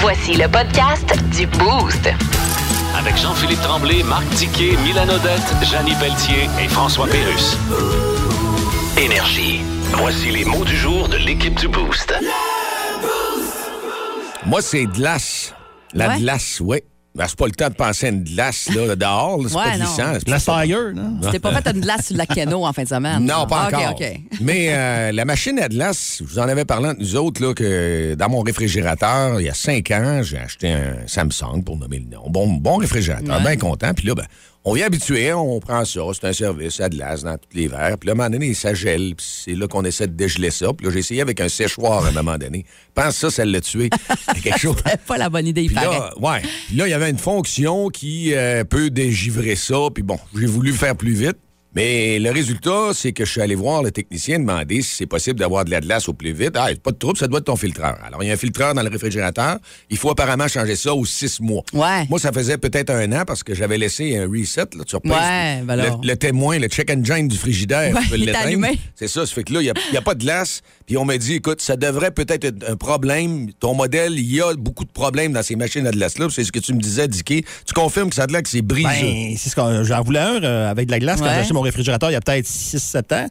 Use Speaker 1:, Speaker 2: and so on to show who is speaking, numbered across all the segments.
Speaker 1: Voici le podcast du Boost.
Speaker 2: Avec Jean-Philippe Tremblay, Marc Tiquet, Milan Odette, Janine Pelletier et François Pérus. Énergie. Voici les mots du jour de l'équipe du Boost.
Speaker 3: Moi, c'est glace. La
Speaker 4: Ouais.
Speaker 3: glace, oui. Ben, c'est pas le temps de penser à une glace là, dehors. là. C'est
Speaker 4: Ouais,
Speaker 3: pas
Speaker 4: non.
Speaker 3: glissant. là. C'est pas-
Speaker 5: La ailleurs, non?
Speaker 4: T'es pas fait une glace sur la cano en fin de semaine?
Speaker 3: Non, pas
Speaker 4: Ah,
Speaker 3: encore.
Speaker 4: OK, OK.
Speaker 3: Mais euh, la machine à glace, je vous en avais parlé entre nous autres, là, que dans mon réfrigérateur, il y a cinq ans, j'ai acheté un Samsung pour nommer le nom. Bon, bon réfrigérateur, bien content. Puis là, ben, on y est habitué, on prend ça, c'est un service à glace dans tous les verres. Puis là, à un moment donné, ça gèle. Puis c'est là qu'on essaie de dégeler ça. Puis là, j'ai essayé avec un séchoir à un moment donné. Pense ça, ça l'a tué. C'est quelque chose.
Speaker 4: C'était pas la bonne idée, il
Speaker 3: Puis
Speaker 4: paraît.
Speaker 3: là, ouais. Puis là, il y avait une fonction qui euh, peut dégivrer ça. Puis bon, j'ai voulu faire plus vite. Mais le résultat, c'est que je suis allé voir le technicien demander si c'est possible d'avoir de la glace au plus vite. Ah, pas de trouble, ça doit être ton filtreur. Alors, il y a un filtreur dans le réfrigérateur. Il faut apparemment changer ça aux six mois.
Speaker 4: Ouais.
Speaker 3: Moi, ça faisait peut-être un an parce que j'avais laissé un reset, là, tu repasses.
Speaker 4: Ouais, ben alors.
Speaker 3: le, le témoin, le check engine du frigidaire.
Speaker 4: Ouais,
Speaker 3: tu peux
Speaker 4: il est
Speaker 3: l'éteindre.
Speaker 4: allumé.
Speaker 3: C'est ça, ça fait que là, il n'y a, pas de glace. Puis on m'a dit, écoute, ça devrait peut-être être un problème. Ton modèle, il y a beaucoup de problèmes dans ces machines à glace-là. C'est ce que tu me disais, Dicky. Tu confirmes que ça de là que c'est brisé.
Speaker 5: Ben, c'est ce qu'on. J'en voulais un euh, avec de la glace quand
Speaker 4: Ouais.
Speaker 5: j'ai acheté mon réfrigérateur il y a peut-être 6-7 ans.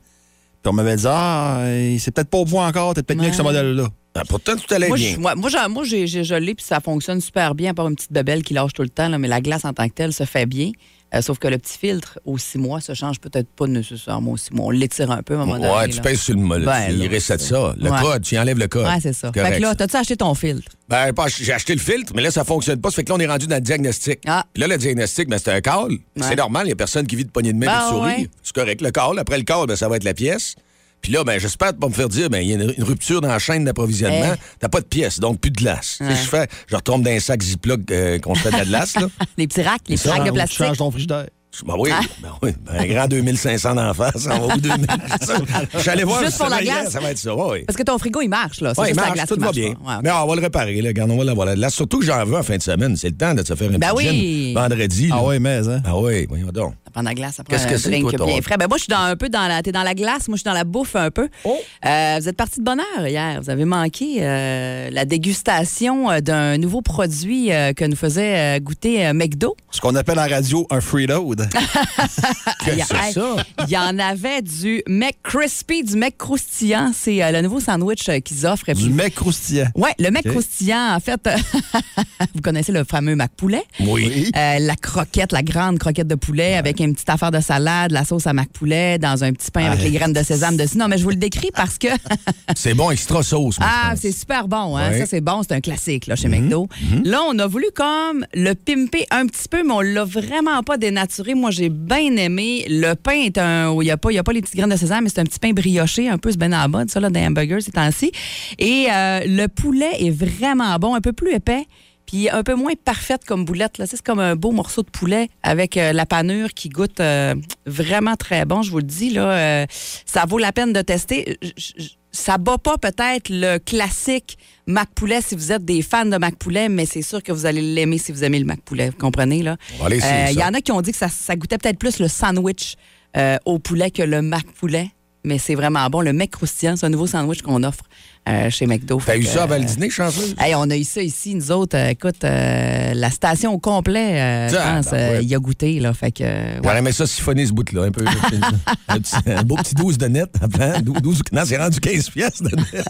Speaker 5: Puis on m'avait dit, ah, euh, c'est peut-être pas au point encore, t'es peut-être mieux avec ce modèle-là.
Speaker 3: Ah, pourtant, tout allait
Speaker 4: Moi,
Speaker 3: bien.
Speaker 4: je- moi, moi, j'en- moi, j'ai, j'ai- je l'ai, puis ça fonctionne super bien, à part une petite babelle qui lâche tout le temps, là, mais la glace en tant que telle se fait bien. Euh, sauf que le petit filtre aux six mois, ça change peut-être pas nécessairement aux six mois. On l'étire un peu à un moment donné.
Speaker 3: Ouais, tu
Speaker 4: là.
Speaker 3: pèses sur le mollet.
Speaker 4: Ben,
Speaker 3: il
Speaker 4: là,
Speaker 3: recette
Speaker 4: c'est-
Speaker 3: ça. Le
Speaker 4: Ouais.
Speaker 3: code, tu y enlèves le code.
Speaker 4: Ouais, c'est ça.
Speaker 3: Correct,
Speaker 4: fait que là,
Speaker 3: ça.
Speaker 4: t'as-tu acheté ton filtre?
Speaker 3: Ben, pas- j'ai acheté le filtre, mais là, ça fonctionne pas. Ça fait que là, on est rendu dans le diagnostic.
Speaker 4: Ah.
Speaker 3: Puis là, le diagnostic, ben, c'est un call. C'est normal, il y a personne qui vit de poignée de main et
Speaker 4: Ben,
Speaker 3: de souris.
Speaker 4: ouais.
Speaker 3: C'est correct, le call. Après le call, ben, ça va être la pièce. Puis là, ben, j'espère pas me faire dire, ben, il y a une, une rupture dans la chaîne d'approvisionnement.
Speaker 4: Eh.
Speaker 3: T'as pas de pièce, donc plus de glace. Tu sais, Je fais, je retombe dans un sac Ziploc euh, qu'on se fait de la glace, là.
Speaker 4: Les petits racks, les petits
Speaker 5: Ça,
Speaker 4: racks de
Speaker 5: Ah, ou tu
Speaker 4: plastique.
Speaker 5: changes ton frigidaire.
Speaker 3: Je- Ben
Speaker 4: Ah.
Speaker 3: oui, ben oui, ben, un grand 2500 d'en face, on va au 2000. Ça, Je suis allé voir
Speaker 4: Juste
Speaker 3: si
Speaker 4: pour
Speaker 3: ça
Speaker 4: la
Speaker 3: valait,
Speaker 4: glace.
Speaker 3: Ça va être ça, ouais.
Speaker 4: Parce que ton frigo, il marche, là. C'est
Speaker 3: Oui,
Speaker 4: juste la
Speaker 3: marche,
Speaker 4: glace
Speaker 3: tout
Speaker 4: qui
Speaker 3: va
Speaker 4: marche
Speaker 3: bien.
Speaker 4: pas. Ouais,
Speaker 3: Mais on va le réparer, là, regarde, on va l'avoir la glace. Surtout que j'en veux en fin de semaine. C'est le temps de se faire une
Speaker 4: Ben
Speaker 3: petite
Speaker 4: oui.
Speaker 3: gym vendredi. là.
Speaker 5: Ah ouais, mais, hein.
Speaker 3: Ah oui, voyons donc.
Speaker 4: Ça prend de la glace, ça prend
Speaker 3: Qu'est-ce que
Speaker 4: un
Speaker 3: c'est,
Speaker 4: drink
Speaker 3: toi, ton-
Speaker 4: bien frais. Ben moi, je suis dans un peu dans la... T'es dans la glace, moi, je suis dans la bouffe un peu. Euh, vous êtes parti de bonne heure hier. Vous avez manqué euh, la dégustation euh, d'un nouveau produit euh, que nous faisait euh, goûter euh, McDo.
Speaker 5: Ce qu'on appelle en radio un freeload.
Speaker 3: Qu'est-ce
Speaker 4: Il y
Speaker 3: que
Speaker 4: a-
Speaker 3: c'est
Speaker 4: hey,
Speaker 3: ça?
Speaker 4: Il y en avait du McCrispy, du McCroustillant. C'est euh, le nouveau sandwich euh, qu'ils offrent. Et
Speaker 5: du
Speaker 4: puis-
Speaker 5: mec croustillant.
Speaker 4: Ouais, le mec
Speaker 5: Ok.
Speaker 4: croustillant, en fait, euh, vous connaissez le fameux mac poulet.
Speaker 3: Oui.
Speaker 4: Euh, la croquette, la grande croquette de poulet avec une petite affaire de salade, la sauce à mac poulet dans un petit pain avec les graines de sésame dessus. Non, mais je vous le décris parce que
Speaker 3: C'est bon, extra sauce. moi, je
Speaker 4: ah,
Speaker 3: pense.
Speaker 4: c'est super bon. Hein?
Speaker 3: Ouais. Mhm,
Speaker 4: Ça, c'est bon. C'est un classique là, chez McDo. Là, on a voulu comme le pimper un petit peu, mais on l'a vraiment pas dénaturé. Moi, j'ai bien aimé. Le pain est un... Il n'y a, pas- il y a pas les petites graines de sésame, mais c'est un petit pain brioché, un peu, c'est bien à la mode, ça, là, des hamburgers ces temps-ci. Et euh, le poulet est vraiment bon, un peu plus épais. Puis un peu moins parfaite comme boulette. là. Tu sais, C'est comme un beau morceau de poulet avec euh, la panure qui goûte euh, vraiment très bon. Je vous le dis, là, euh, ça vaut la peine de tester. J- j- Ça bat pas peut-être le classique Mac Poulet si vous êtes des fans de Mac Poulet, mais c'est sûr que vous allez l'aimer si vous aimez le Mac Poulet. Vous comprenez, là?
Speaker 3: On va aller essayer ça.
Speaker 4: Il y en a qui ont dit que ça, ça goûtait peut-être plus le sandwich euh, au poulet que le Mac Poulet. Mais c'est vraiment bon. Le mec croustillant, c'est un nouveau sandwich qu'on offre euh, chez McDo.
Speaker 3: T'as
Speaker 4: Fait
Speaker 3: eu
Speaker 4: que,
Speaker 3: ça avant
Speaker 4: euh,
Speaker 3: le dîner, chanceuse?
Speaker 4: Hey, on a eu ça ici, nous autres. Euh, écoute, euh, la station au complet, euh, je
Speaker 3: Ah,
Speaker 4: pense,
Speaker 3: ben
Speaker 4: euh,
Speaker 3: ouais.
Speaker 4: il a goûté. Là, fait que, euh, ouais.
Speaker 3: J'aurais aimé ça siphonner ce bout-là, un peu. un, petit- un beau petit 12 de net. avant, 12, 12 non, c'est rendu 15 pièces de net.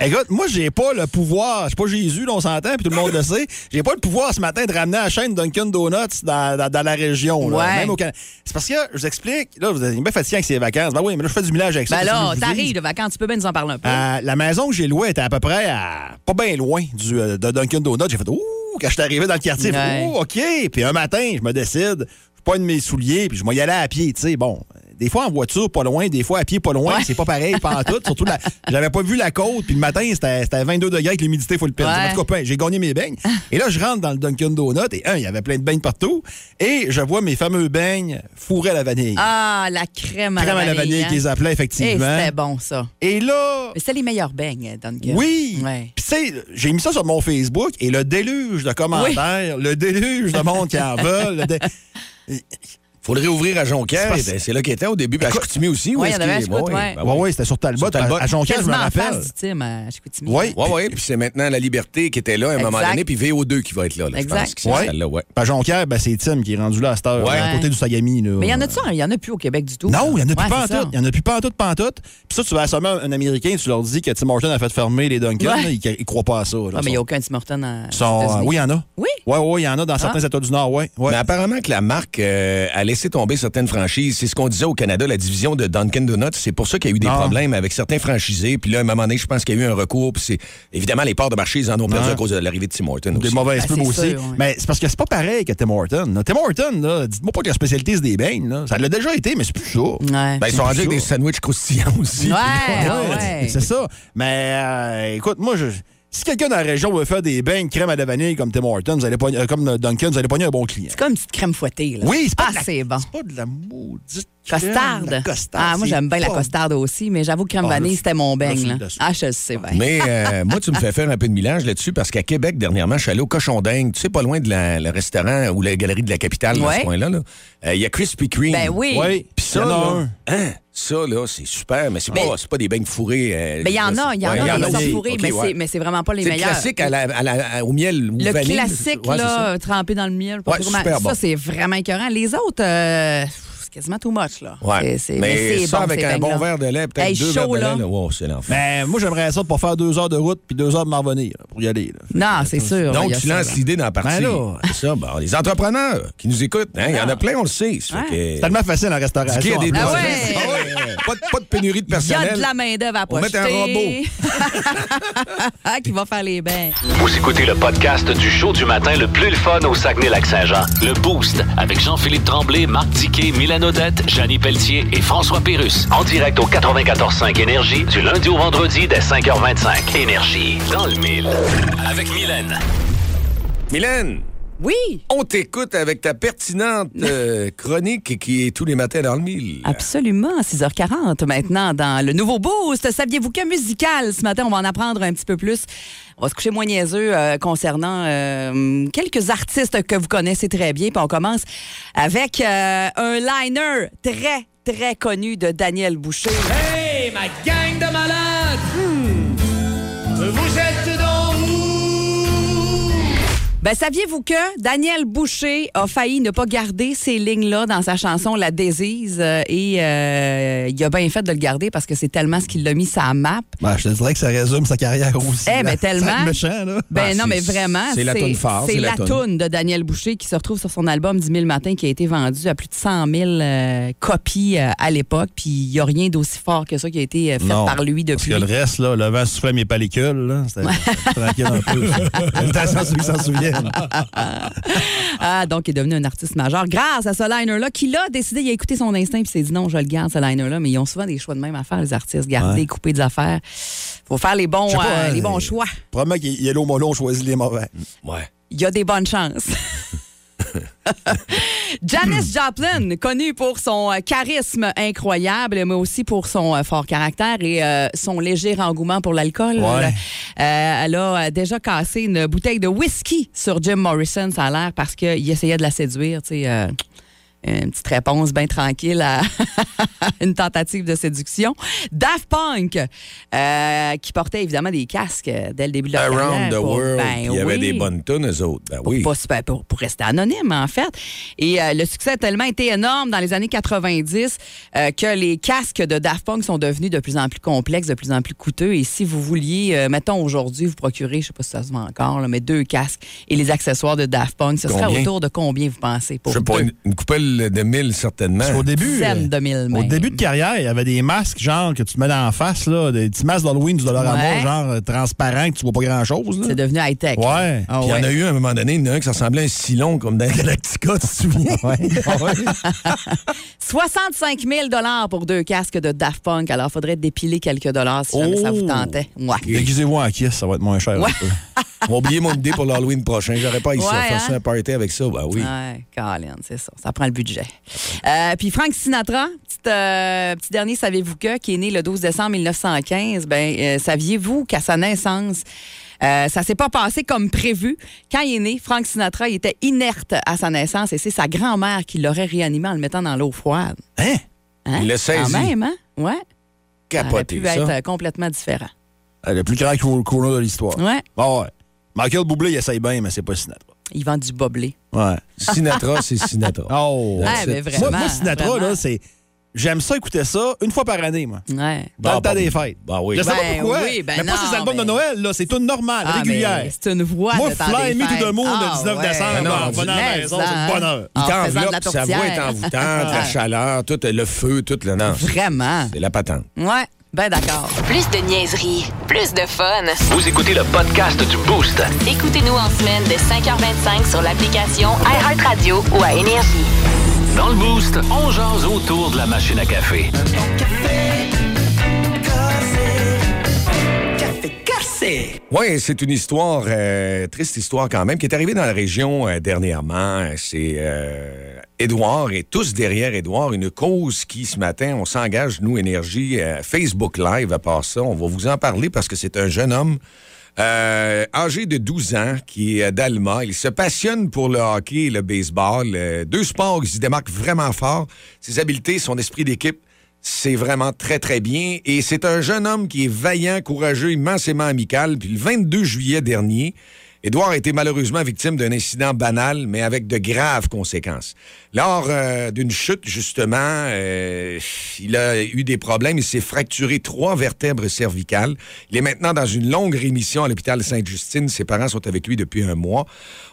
Speaker 5: Écoute, moi, j'ai pas le pouvoir. Je suis pas Jésus, là, on s'entend, puis tout le monde le sait. J'ai pas le pouvoir ce matin de ramener à la chaîne Dunkin' Donuts dans, dans- dans la région. là,
Speaker 4: Ouais.
Speaker 5: même au Can- C'est parce que, je vous explique, là, vous êtes bien fatigué avec ces vacances. Ben oui, mais là, je fais du millage avec ça.
Speaker 4: Ben
Speaker 5: qu'est-ce que je
Speaker 4: là,
Speaker 5: vous dis?
Speaker 4: t'arrives de vacances, tu peux bien nous en parler un peu.
Speaker 5: Euh, la maison que j'ai louée était à peu près à pas bien loin du, euh, de Dunkin' Donuts. J'ai fait Ouh, quand je suis arrivé dans le quartier, j'ai fait,
Speaker 4: Ouais.
Speaker 5: Ouh, OK. Puis un matin, je me décide, je pogne mes souliers, puis je m'en y allais à pied, tu sais. Bon, des fois en voiture, pas loin, des fois à pied, pas loin. C'est pas pareil, pas en tout. Surtout, la- j'avais pas vu la côte, puis le matin, c'était c'était 22 degrés avec l'humidité full pin.
Speaker 4: Ouais.
Speaker 5: En tout cas, peu- j'ai gagné mes beignes. Et là, je rentre dans le Dunkin' Donuts, et un, il y avait plein de beignes partout. Et je vois mes fameux beignes fourrés à la vanille.
Speaker 4: Ah, la crème à
Speaker 5: Crème à la vanille
Speaker 4: hein.
Speaker 5: qu'ils appelaient,
Speaker 4: Eh,
Speaker 5: effectivement.
Speaker 4: C'était bon, ça.
Speaker 5: Et là,
Speaker 4: Mais c'est les meilleurs beignes, euh, Duncan.
Speaker 5: oui!
Speaker 4: Ouais.
Speaker 5: Puis, tu sais, j'ai mis ça sur mon Facebook et le déluge de commentaires, le déluge de monde qui en veulent. le dé-
Speaker 3: Faut le réouvrir à Jonquière.
Speaker 5: C'est pas-
Speaker 3: C'est là qu'il était au début. Puis à Chicoutimi aussi. où
Speaker 4: Ouais, il y
Speaker 3: est-ce
Speaker 4: en avait à
Speaker 3: qu'il-
Speaker 4: Chicout, ouais.
Speaker 3: ben
Speaker 5: Oui, oui, c'était sur Talbot.
Speaker 3: Sur Talbot.
Speaker 5: À, à Jonquière, je me
Speaker 4: Quasiment en
Speaker 5: rappelle.
Speaker 4: face du Tim à Chicoutimi.
Speaker 5: Oui.
Speaker 3: Oui, oui, puis c'est maintenant La Liberté qui était là à un moment
Speaker 4: Exact.
Speaker 3: donné, puis VO2 qui va être là, là, je
Speaker 4: Exact.
Speaker 3: pense. que c'est
Speaker 5: Ouais.
Speaker 3: celle-là, ouais.
Speaker 5: Puis à Jonquière, ben, c'est Tim qui est rendu là à cette heure,
Speaker 3: Ouais.
Speaker 5: à côté du Sagami. là.
Speaker 4: Mais il y en a-tu? un? Il y en a plus au Québec du tout.
Speaker 5: Non, il n'y en a plus
Speaker 4: Ouais,
Speaker 5: pas en
Speaker 4: c'est ça.
Speaker 5: tout. Il n'y en a plus pas en tout, pas en tout. Puis ça, tu vas assommer un un Américain, tu leur dis que Tim Horton a fait fermer les Duncan,
Speaker 4: Ouais.
Speaker 5: là, il ne croit pas à ça. là.
Speaker 4: Ah, mais il n'y a
Speaker 5: Ils
Speaker 4: aucun Tim Hortons en-
Speaker 5: sont- euh,
Speaker 4: aux États-Unis.
Speaker 5: oui, il y en a.
Speaker 4: Oui? Ah. Ben
Speaker 5: Oui, oui, il y en a dans certains États du Nord, oui. Ouais.
Speaker 3: Mais apparemment que la marque euh, a laissé tomber certaines franchises. C'est ce qu'on disait au Canada, la division de Dunkin' Donuts. C'est pour ça qu'il y a eu des
Speaker 5: Ah.
Speaker 3: problèmes avec certains franchisés. Puis là, à un moment donné, je pense qu'il y a eu un recours. Puis c'est évidemment les parts de marché, ils en ont perdu
Speaker 5: Ouais.
Speaker 3: à cause de l'arrivée de Tim Hortons
Speaker 5: Des
Speaker 3: aussi.
Speaker 5: mauvaises
Speaker 4: Ah,
Speaker 5: pubs
Speaker 4: c'est
Speaker 5: aussi.
Speaker 4: sûr, ouais.
Speaker 5: Mais c'est parce que c'est pas pareil que Tim Horton. là. Tim Horton, là, dites-moi pas que la spécialité, c'est des beignes. là. Ça l'a déjà été, mais c'est plus ça.
Speaker 4: Ouais.
Speaker 3: Ben, ils sont rendus avec
Speaker 5: C'est
Speaker 3: des
Speaker 5: ça.
Speaker 3: sandwichs croustillants aussi.
Speaker 4: Ouais,
Speaker 5: Ouais,
Speaker 4: ouais.
Speaker 5: C'est ça. Mais euh, écoute, moi, je, si quelqu'un dans la région veut faire des beignes crème à la vanille comme Tim Horton, vous allez pogner- euh, comme Duncan, vous allez pogner un bon client.
Speaker 4: C'est comme une petite crème fouettée. Là.
Speaker 5: Oui, c'est pas,
Speaker 4: Ah,
Speaker 5: de la-
Speaker 4: c'est bon.
Speaker 5: c'est pas de la maudite crème, de la
Speaker 4: Costarde.
Speaker 5: costarde,
Speaker 4: Ah, moi,
Speaker 5: c'est
Speaker 4: j'aime bien la
Speaker 5: pas-
Speaker 4: costarde aussi, mais j'avoue que crème
Speaker 5: Ah, là,
Speaker 4: vanille,
Speaker 5: tu-
Speaker 4: c'était mon
Speaker 5: là,
Speaker 4: beigne.
Speaker 5: tu-
Speaker 4: là.
Speaker 5: là, tu-
Speaker 4: Ah, je le sais bien.
Speaker 3: Mais euh, moi, tu me fais faire un peu de millage là-dessus parce qu'à Québec, dernièrement, je suis allé au Cochon d'Inde, tu sais, pas loin de la- le restaurant ou la galerie de la capitale, dans
Speaker 4: Ouais.
Speaker 3: ce coin-là. là. Euh, Il y a Krispy Kreme.
Speaker 4: Ben oui.
Speaker 5: Oui,
Speaker 3: Puis ça,
Speaker 5: Il y en a
Speaker 3: là,
Speaker 5: un.
Speaker 3: hein, ça, là, c'est super, mais c'est pas, c'est pas des beignes fourrés. euh,
Speaker 4: Mais il y en a, il y en
Speaker 3: Ouais,
Speaker 4: a,
Speaker 5: il y
Speaker 4: ils
Speaker 5: en a,
Speaker 4: sont
Speaker 5: oui.
Speaker 4: fourrés,
Speaker 3: Ok,
Speaker 4: mais
Speaker 3: ouais.
Speaker 4: c'est- mais c'est vraiment pas les
Speaker 3: C'est le
Speaker 4: meilleurs.
Speaker 3: classique à la- à la- au miel ou
Speaker 4: Le
Speaker 3: vanille.
Speaker 4: classique,
Speaker 3: Ouais, c'est ça.
Speaker 4: là, trempé dans le miel.
Speaker 3: Ouais,
Speaker 4: pas trop mal.
Speaker 3: super
Speaker 4: ça,
Speaker 3: bon.
Speaker 4: c'est vraiment écœurant. Les autres, euh, c'est quasiment too much, là.
Speaker 3: Ouais.
Speaker 4: C'est- c'est-
Speaker 3: mais
Speaker 4: c'est
Speaker 3: ça,
Speaker 4: bon,
Speaker 3: avec
Speaker 4: ces
Speaker 3: un bon
Speaker 4: beignes-là.
Speaker 3: verre de lait, peut-être
Speaker 4: Hey, chaud,
Speaker 3: deux verres de
Speaker 4: là. Ben,
Speaker 3: lait, là, wow, c'est l'enfer.
Speaker 5: Mais moi, j'aimerais ça pour faire deux heures de route puis deux heures de m'en revenir, là, pour y aller. là.
Speaker 4: Non, c'est sûr. ben, il y
Speaker 3: Donc,
Speaker 4: a
Speaker 3: tu
Speaker 4: ça,
Speaker 3: lances
Speaker 4: là.
Speaker 3: l'idée dans la partie.
Speaker 5: Ben là.
Speaker 3: C'est ça, bon, les entrepreneurs qui nous écoutent, hein, il y en a plein, on le sait. ça fait
Speaker 4: Ah. Ouais.
Speaker 5: C'est
Speaker 3: que-
Speaker 5: tellement facile en
Speaker 3: Parce
Speaker 5: restauration.
Speaker 3: qu'il y a des
Speaker 5: en
Speaker 4: Ah
Speaker 5: plus.
Speaker 4: ouais.
Speaker 3: Ah ouais. pas, de, pas de pénurie de
Speaker 4: Il y
Speaker 3: personnel.
Speaker 4: a de la main-d'œuvre à
Speaker 3: On met
Speaker 4: pocheter.
Speaker 3: un
Speaker 4: Ah, qui va faire les bains.
Speaker 2: Vous écoutez le podcast du show du matin le plus le fun au Saguenay-Lac-Saint-Jean. Le Boost avec Jean-Philippe Tremblay, Marc Diquet, Milan Odette, Janine Pelletier et François Pérus. En direct au 94.5 Énergie du lundi au vendredi dès 5h25. Énergie dans le mille. Avec Mylène.
Speaker 3: Mylène,
Speaker 4: Oui,
Speaker 3: on t'écoute avec ta pertinente euh, chronique qui est tous les matins dans le mille.
Speaker 4: Ah, Absolument, 6h40 maintenant dans le nouveau boost. Saviez-vous que musical ce matin, on va en apprendre un petit peu plus. On va se coucher moins niaiseux euh, concernant euh, quelques artistes que vous connaissez très bien. Puis on commence avec euh, un liner très, très connu de Daniel Boucher.
Speaker 6: Hey, ma gang de malades! Vous êtes dans vous!
Speaker 4: Ben, saviez-vous que Daniel Boucher a failli ne pas garder ces lignes-là dans sa chanson La Désise euh, et euh, il a bien fait de le garder parce que c'est tellement ce qu'il l'a mis sa map.
Speaker 5: Ben, je te dirais que ça résume sa carrière aussi.
Speaker 4: Eh, ben,
Speaker 5: là.
Speaker 4: tellement.
Speaker 5: Ça va être méchant, là.
Speaker 4: Ben
Speaker 3: Ah,
Speaker 4: non, mais
Speaker 3: c'est-
Speaker 4: vraiment.
Speaker 3: c'est la toune phare,
Speaker 4: C'est
Speaker 3: c'est la
Speaker 4: la
Speaker 3: toune.
Speaker 4: toune de Daniel Boucher qui se retrouve sur son album 10 000 matins qui a été vendu à plus de 100 000 euh, copies euh, à l'époque. Puis il n'y a rien d'aussi fort que ça qui a été euh, fait
Speaker 5: Non,
Speaker 4: par lui
Speaker 5: Parce
Speaker 4: depuis.
Speaker 5: que le reste, là, le vent soufflait mes palicules, là. C'était c'était tranquille un peu. Attention à ceux qui s'en souviennent.
Speaker 4: Ah, donc il est devenu un artiste majeur grâce à ce liner-là qu'il a décidé, il a écouté son instinct puis s'est dit non, je le garde ce liner-là. Mais ils ont souvent des choix de même à faire, les artistes. Garder, couper des affaires. Faut faire les bons,
Speaker 5: Je sais pas,
Speaker 4: euh,
Speaker 5: hein,
Speaker 4: les bons
Speaker 5: mais-
Speaker 4: choix.
Speaker 5: Probablement qu'il y a l'eau mollo, on choisit les mauvais.
Speaker 3: Ouais.
Speaker 4: il y a des bonnes chances. Janis Joplin, connue pour son euh, charisme incroyable, mais aussi pour son euh, fort caractère et euh, son léger engouement pour l'alcool.
Speaker 5: Ouais.
Speaker 4: Euh, elle a euh, déjà cassé une bouteille de whisky sur Jim Morrison, ça a l'air, parce qu'il essayait de la séduire, tu sais. euh, une petite réponse bien tranquille à une tentative de séduction. Daft Punk, euh, qui portait évidemment des casques euh, dès le début de leur carrière
Speaker 3: Around the
Speaker 4: pour-
Speaker 3: World,
Speaker 4: ben
Speaker 3: il y avait
Speaker 4: oui
Speaker 3: des bonnes tunes, eux autres. Ben oui.
Speaker 4: pour, pas se- ben, pour- pour rester anonyme, en fait. Et euh, le succès a tellement été énorme dans les années 90 euh, que les casques de Daft Punk sont devenus de plus en plus complexes, de plus en plus coûteux. Et si vous vouliez, euh, mettons aujourd'hui, vous procurer, je sais pas si ça se vend encore, là, mais deux casques et les accessoires de Daft Punk, ce serait
Speaker 3: Combien?
Speaker 4: autour de combien vous pensez pour
Speaker 3: Je sais pas,
Speaker 4: deux
Speaker 3: une, une coupelle de mille, certainement.
Speaker 5: Parce qu'au début. euh,
Speaker 4: dizaines de mille
Speaker 5: Au
Speaker 4: même?
Speaker 5: début de carrière, il y avait des masques, genre, que tu te mets dans la face, là, des petits masques d'Halloween du dollar
Speaker 4: Ouais.
Speaker 5: à mort, genre, euh, transparent, que tu vois pas grand-chose. là.
Speaker 4: C'est devenu high-tech.
Speaker 5: Ouais.
Speaker 4: Ah
Speaker 3: Puis Il y en a
Speaker 4: ouais.
Speaker 3: eu à un moment donné, il y en a un qui ça ressemblait à un silon comme dans Galactica, tu te souviens?
Speaker 5: Ouais.
Speaker 4: 65 000 pour deux casques de Daft Punk. Alors, faudrait dépiler quelques dollars si jamais ça vous
Speaker 5: Oh!
Speaker 4: tentait. Ouais.
Speaker 5: Déguisez-vous en kiss, ça va être moins cher.
Speaker 4: Ouais.
Speaker 5: un peu.
Speaker 3: On va oublier mon idée pour l'Halloween prochain. J'aurais pas ici
Speaker 4: Ouais,
Speaker 3: à faire ça
Speaker 4: hein? Ah,
Speaker 3: un party avec ça. Ben oui.
Speaker 4: Ouais, Colin, c'est ça. Ça prend le budget. Euh, puis Frank Sinatra, petite, euh, petit dernier, savez-vous que, qui est né le 12 décembre 1915, ben, euh, saviez-vous qu'à sa naissance, Euh, ça s'est pas passé comme prévu. Quand il est né, Frank Sinatra il était inerte à sa naissance et c'est sa grand-mère qui l'aurait réanimé en le mettant dans l'eau froide.
Speaker 5: Hein?
Speaker 4: Hein?
Speaker 3: Il l'a
Speaker 4: Quand
Speaker 3: saisi.
Speaker 4: même, hein? Ouais. Ça aurait
Speaker 3: Capoté,
Speaker 4: pu
Speaker 3: ça.
Speaker 4: être euh, complètement différent.
Speaker 5: Ah, Le plus grand cou- couloir de l'histoire.
Speaker 4: Ouais.
Speaker 5: Ah ouais. Michael Bublé, il essaye bien, mais c'est pas Sinatra.
Speaker 4: Il vend du boblé.
Speaker 5: Ouais.
Speaker 3: Sinatra, c'est Sinatra.
Speaker 5: Oh.
Speaker 4: Ouais, mais
Speaker 3: c'est-
Speaker 4: vraiment.
Speaker 5: moi, moi, Sinatra,
Speaker 4: vraiment.
Speaker 5: là, c'est. J'aime ça écouter ça une fois par année, moi.
Speaker 4: Ouais.
Speaker 5: Dans le
Speaker 3: Bah,
Speaker 5: temps
Speaker 3: bah,
Speaker 5: des fêtes.
Speaker 3: bah oui.
Speaker 5: Je sais
Speaker 4: Ben
Speaker 5: pas pourquoi.
Speaker 4: Ah, oui, ben
Speaker 5: mais pas
Speaker 4: non,
Speaker 5: ces albums
Speaker 4: mais-
Speaker 5: de Noël, là. C'est tout normal,
Speaker 4: Ah,
Speaker 5: régulière.
Speaker 4: mais C'est une voix.
Speaker 5: Moi,
Speaker 4: le temps
Speaker 5: Fly
Speaker 4: des
Speaker 5: Me to
Speaker 4: fêtes.
Speaker 5: the Moon
Speaker 4: Ah,
Speaker 5: le 19
Speaker 4: ouais.
Speaker 5: décembre,
Speaker 3: non,
Speaker 5: en
Speaker 3: du
Speaker 5: venant à la
Speaker 4: Mais
Speaker 5: maison,
Speaker 4: ça,
Speaker 5: c'est le bonheur.
Speaker 4: hein.
Speaker 3: Il
Speaker 4: En faisant de la
Speaker 3: t'enveloppe, sa voix est
Speaker 4: tourtière.
Speaker 3: envoûtante, la chaleur, tout le feu, tout le... Non,
Speaker 4: Vraiment.
Speaker 3: c'est la patente.
Speaker 4: Ouais. Ben d'accord.
Speaker 1: Plus de niaiserie, plus de fun.
Speaker 2: Vous écoutez le podcast du Boost.
Speaker 1: Écoutez-nous en semaine de 5h25 sur l'application iHeartRadio ou à Énergie.
Speaker 2: Dans le Boost, on jase autour de la machine à café.
Speaker 3: Oui, c'est une histoire, euh, triste histoire quand même, qui est arrivée dans la région euh, dernièrement. C'est euh, Édouard et tous derrière Édouard, une cause qui, ce matin, on s'engage, nous, Énergie, euh, Facebook Live, à part ça, on va vous en parler parce que c'est un jeune homme euh, âgé de 12 ans qui est euh, d'Alma. Il se passionne pour le hockey et le baseball, euh, deux sports qui se démarquent vraiment fort. Ses habiletés, son esprit d'équipe, c'est vraiment très, très bien. Et c'est un jeune homme qui est vaillant, courageux, immensément amical. Puis le 22 juillet dernier, Édouard a été malheureusement victime d'un incident banal, mais avec de graves conséquences. Lors euh, d'une chute, justement, euh, il a eu des problèmes. Il s'est fracturé trois vertèbres cervicales. Il est maintenant dans une longue rémission à l'hôpital Sainte-Justine. Ses parents sont avec lui depuis un mois.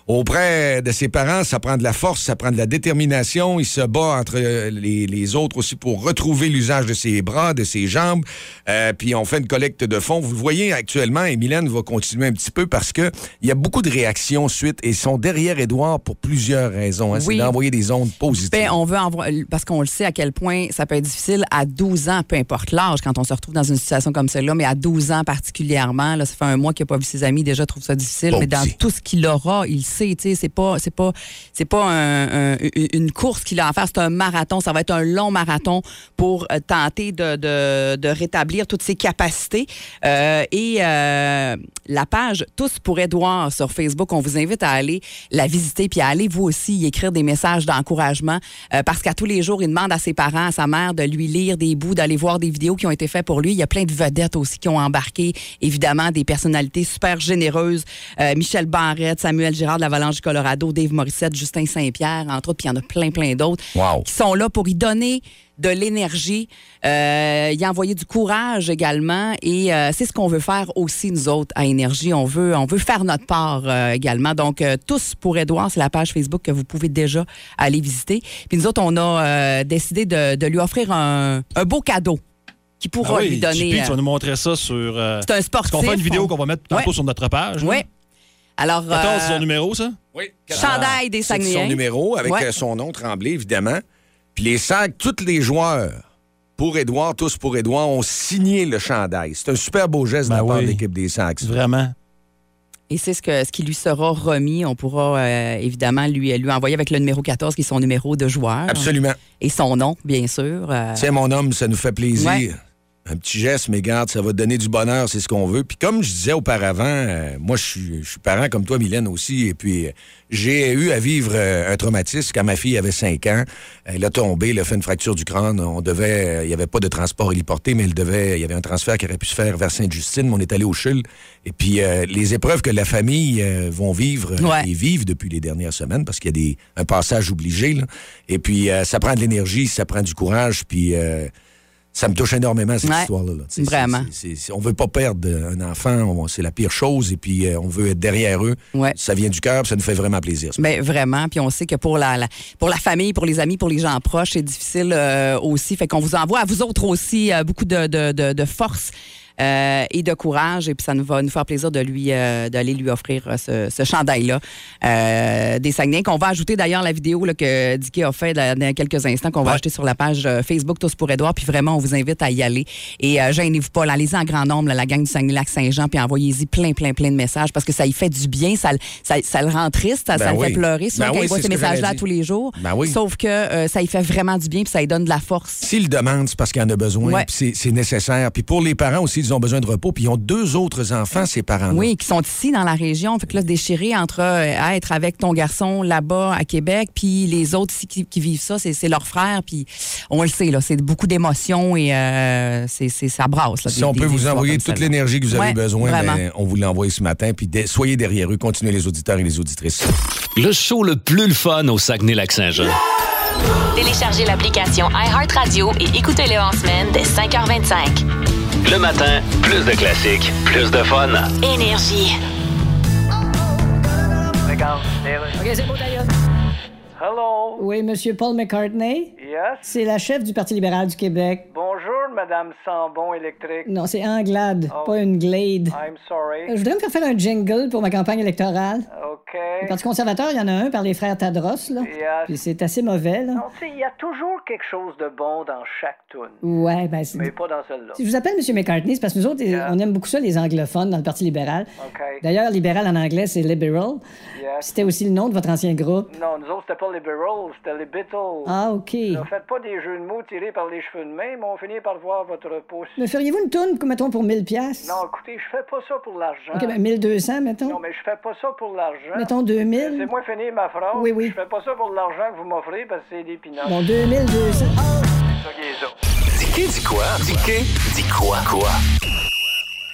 Speaker 3: Auprès de ses parents, ça prend de la force, ça prend de la détermination. Il se bat entre euh, les, les autres aussi pour retrouver l'usage de ses bras, de ses jambes. Euh, puis on fait une collecte de fonds. Vous le voyez actuellement, et Mylène va continuer un petit peu parce que il y a beaucoup de réactions suite et ils sont derrière Édouard pour plusieurs raisons. hein.
Speaker 4: Oui.
Speaker 3: C'est d'envoyer des ondes positives.
Speaker 4: Ben, on veut envoyer, parce qu'on le sait à quel point ça peut être difficile à 12 ans, peu importe l'âge, quand on se retrouve dans une situation comme celle-là, mais à 12 ans particulièrement, là, ça fait un mois qu'il n'a pas vu ses amis, déjà trouve ça difficile,
Speaker 3: Bon
Speaker 4: mais dans
Speaker 3: petit.
Speaker 4: tout ce qu'il aura, il sait, tu sais, c'est pas, c'est pas, c'est pas un- un- une course qu'il a à faire, c'est un marathon, ça va être un long marathon pour euh, tenter de, de- de rétablir toutes ses capacités. Euh, et euh, la page Tous pour Édouard sur Facebook, on vous invite à aller la visiter puis à aller vous aussi y écrire des messages d'encouragement euh, parce qu'à tous les jours, il demande à ses parents, à sa mère de lui lire des bouts, d'aller voir des vidéos qui ont été faites pour lui. Il y a plein de vedettes aussi qui ont embarqué, évidemment, des personnalités super généreuses. Euh, Michel Barrette, Samuel Girard de l'Avalanche du Colorado, Dave Morissette, Justin Saint-Pierre, entre autres, puis il y en a plein, plein d'autres
Speaker 3: Wow.
Speaker 4: qui sont là pour y donner de l'énergie, euh, y envoyer du courage également. Et euh, c'est ce qu'on veut faire aussi, nous autres, à Énergie. On veut, on veut faire notre part euh, également. Donc, euh, tous pour Édouard, c'est la page Facebook que vous pouvez déjà aller visiter. Puis nous autres, on a euh, décidé de, de lui offrir un, un beau cadeau qui
Speaker 5: Ah
Speaker 4: pourra
Speaker 5: oui,
Speaker 4: lui donner...
Speaker 5: JP,
Speaker 4: euh,
Speaker 5: tu vas nous montrer ça sur. euh,
Speaker 4: c'est un sportif.
Speaker 5: Parce qu'on fait une vidéo
Speaker 4: on-
Speaker 5: qu'on va mettre tantôt
Speaker 4: Ouais.
Speaker 5: sur notre page. là.
Speaker 4: Oui. Alors,
Speaker 5: 14, c'est
Speaker 4: euh,
Speaker 5: son numéro, ça?
Speaker 4: chandail des
Speaker 3: C'est son
Speaker 4: Saguenayens.
Speaker 3: numéro avec
Speaker 4: Ouais.
Speaker 3: euh, son nom tremblé, évidemment. Puis les sacs, tous les joueurs pour Édouard, tous pour Édouard, ont signé le chandail. C'est un super beau geste
Speaker 5: Ben
Speaker 3: de la part
Speaker 5: oui.
Speaker 3: de l'équipe des sacs.
Speaker 5: Vraiment.
Speaker 4: Et c'est ce, que, ce qui lui sera remis. On pourra euh, évidemment lui, lui envoyer avec le numéro 14, qui est son numéro de joueur.
Speaker 3: Absolument.
Speaker 4: Et son nom, bien sûr. Euh,
Speaker 3: Tiens, mon homme, ça nous fait plaisir.
Speaker 4: Ouais.
Speaker 3: Un petit geste, mais garde, ça va te donner du bonheur, c'est ce qu'on veut. Puis comme je disais auparavant, euh, moi, je suis, je suis parent comme toi, Mylène, aussi. Et puis, euh, j'ai eu à vivre euh, un traumatisme quand ma fille avait 5 ans. Elle a tombé, elle a fait une fracture du crâne. On devait, euh, il n'y avait pas de transport héliporté, mais elle devait, il y avait un transfert qui aurait pu se faire vers Sainte-Justine, mais on est allé au CHUL. Et puis, euh, les épreuves que la famille euh, vont vivre euh,
Speaker 4: Ouais.
Speaker 3: et vivent depuis les dernières semaines parce qu'il y a des, un passage obligé. là. Et puis, euh, ça prend de l'énergie, ça prend du courage, puis euh, ça me touche énormément, cette
Speaker 4: Ouais.
Speaker 3: histoire-là. là. Tu sais,
Speaker 4: Vraiment.
Speaker 3: c'est- c'est- c'est- on veut pas perdre un enfant, on- c'est la pire chose, et puis euh, on veut être derrière eux.
Speaker 4: Ouais.
Speaker 3: Ça vient du cœur, puis ça nous fait vraiment plaisir. ça.
Speaker 4: Ben, vraiment. Puis on sait que pour la, la- pour la famille, pour les amis, pour les gens proches, c'est difficile euh, aussi. Fait qu'on vous envoie à vous autres aussi euh, beaucoup de, de, de- de force euh, et de courage. Et puis ça nous va nous faire plaisir de lui euh, d'aller lui offrir euh, ce, ce chandail-là euh, des Saguenay. Qu'on va ajouter d'ailleurs la vidéo là, que Dicky a fait dans dans quelques instants, qu'on va ajouter sur la page euh, Facebook Tous pour Édouard. Puis vraiment, on vous invite à y aller. Et euh, gênez-vous pas, là, allez-y en grand nombre, là, la gang du Saguenay-Lac-Saint-Jean, puis envoyez-y plein, plein, plein de messages parce que ça y fait du bien, ça, le- ça, ça le rend triste, Ah, ça,
Speaker 3: Ben
Speaker 4: ça le
Speaker 3: oui.
Speaker 4: fait pleurer. Souvent,
Speaker 3: Ben
Speaker 4: quand
Speaker 3: oui,
Speaker 4: il voit
Speaker 3: c'est
Speaker 4: ces
Speaker 3: ce que j'allais
Speaker 4: messages-là
Speaker 3: dire.
Speaker 4: tous les jours.
Speaker 3: Ben oui.
Speaker 4: Sauf que euh, ça y fait vraiment du bien puis ça y donne de la force.
Speaker 3: S'il demande, c'est parce qu'il en a besoin,
Speaker 4: Ouais.
Speaker 3: puis c'est- c'est nécessaire. Puis pour les parents aussi, ils ont besoin de repos, puis ils ont deux autres enfants, ces parents-là.
Speaker 4: Oui, qui sont ici dans la région. Fait que là, se déchirer entre euh, être avec ton garçon là-bas à Québec, puis les autres ici qui, qui vivent ça, c'est c'est leur frère. Puis on le sait, là, c'est beaucoup d'émotions et euh, c'est c'est- ça brasse. là,
Speaker 3: Si
Speaker 4: des-
Speaker 3: on
Speaker 4: des-
Speaker 3: peut
Speaker 4: des
Speaker 3: vous
Speaker 4: histoires
Speaker 3: envoyer
Speaker 4: comme
Speaker 3: toute
Speaker 4: celle-là.
Speaker 3: l'énergie que vous avez
Speaker 4: Ouais,
Speaker 3: besoin,
Speaker 4: vraiment.
Speaker 3: ben, on vous l'envoie ce matin. Puis de- soyez derrière eux, continuez les auditeurs et les auditrices.
Speaker 2: Le show le plus le fun au Saguenay-Lac-Saint-Jean.
Speaker 1: Téléchargez l'application iHeartRadio et écoutez-le en semaine dès 5h25.
Speaker 2: Le matin, plus de classiques, plus de fun.
Speaker 1: Énergie.
Speaker 7: Hello.
Speaker 8: Oui, Monsieur Paul McCartney.
Speaker 7: Yes.
Speaker 8: C'est la chef du Parti libéral du Québec.
Speaker 7: Bonjour, Madame Sambon électrique.
Speaker 8: Non, c'est Anglade,
Speaker 7: Ah
Speaker 8: pas une glade.
Speaker 7: I'm
Speaker 8: Euh, Je
Speaker 7: sorry.
Speaker 8: voudrais me faire faire un jingle pour ma campagne électorale.
Speaker 7: Ah
Speaker 8: Le
Speaker 7: OK.
Speaker 8: Euh, Parti conservateur, il y en a un par les frères Tadros, là.
Speaker 7: Yes.
Speaker 8: Puis c'est assez mauvais, là.
Speaker 7: Non, tu sais, il y a toujours quelque chose de bon dans chaque tune,
Speaker 8: Ouais, ben c'est...
Speaker 7: mais pas dans celle-là.
Speaker 8: Si je vous appelle Monsieur McCartney, c'est parce que nous autres, on aime beaucoup ça, les anglophones, dans le Parti libéral.
Speaker 7: OK.
Speaker 8: D'ailleurs, libéral en anglais, c'est liberal.
Speaker 7: Yes.
Speaker 8: C'était aussi le nom de votre ancien groupe.
Speaker 7: Non, nous autres, c'était pas les Beatles, c'était les Beatles.
Speaker 8: Ah, OK.
Speaker 7: Ne faites pas des jeux de mots tirés par les cheveux de main, mais on finit par voir votre pouce.
Speaker 8: Me feriez-vous une tourne, mettons, pour 1000 pièces
Speaker 7: Non, écoutez, je fais pas ça pour l'argent.
Speaker 8: OK, ben 1200, mettons.
Speaker 7: Non, mais je fais pas ça pour l'argent.
Speaker 8: Mettons 2000.
Speaker 7: C'est moi finir ma phrase.
Speaker 8: Oui, oui.
Speaker 7: Je fais pas ça pour l'argent que vous m'offrez parce que c'est des pinottes.
Speaker 8: Bon, 2200.
Speaker 2: Dis dit quoi? Dis dit quoi? Quoi?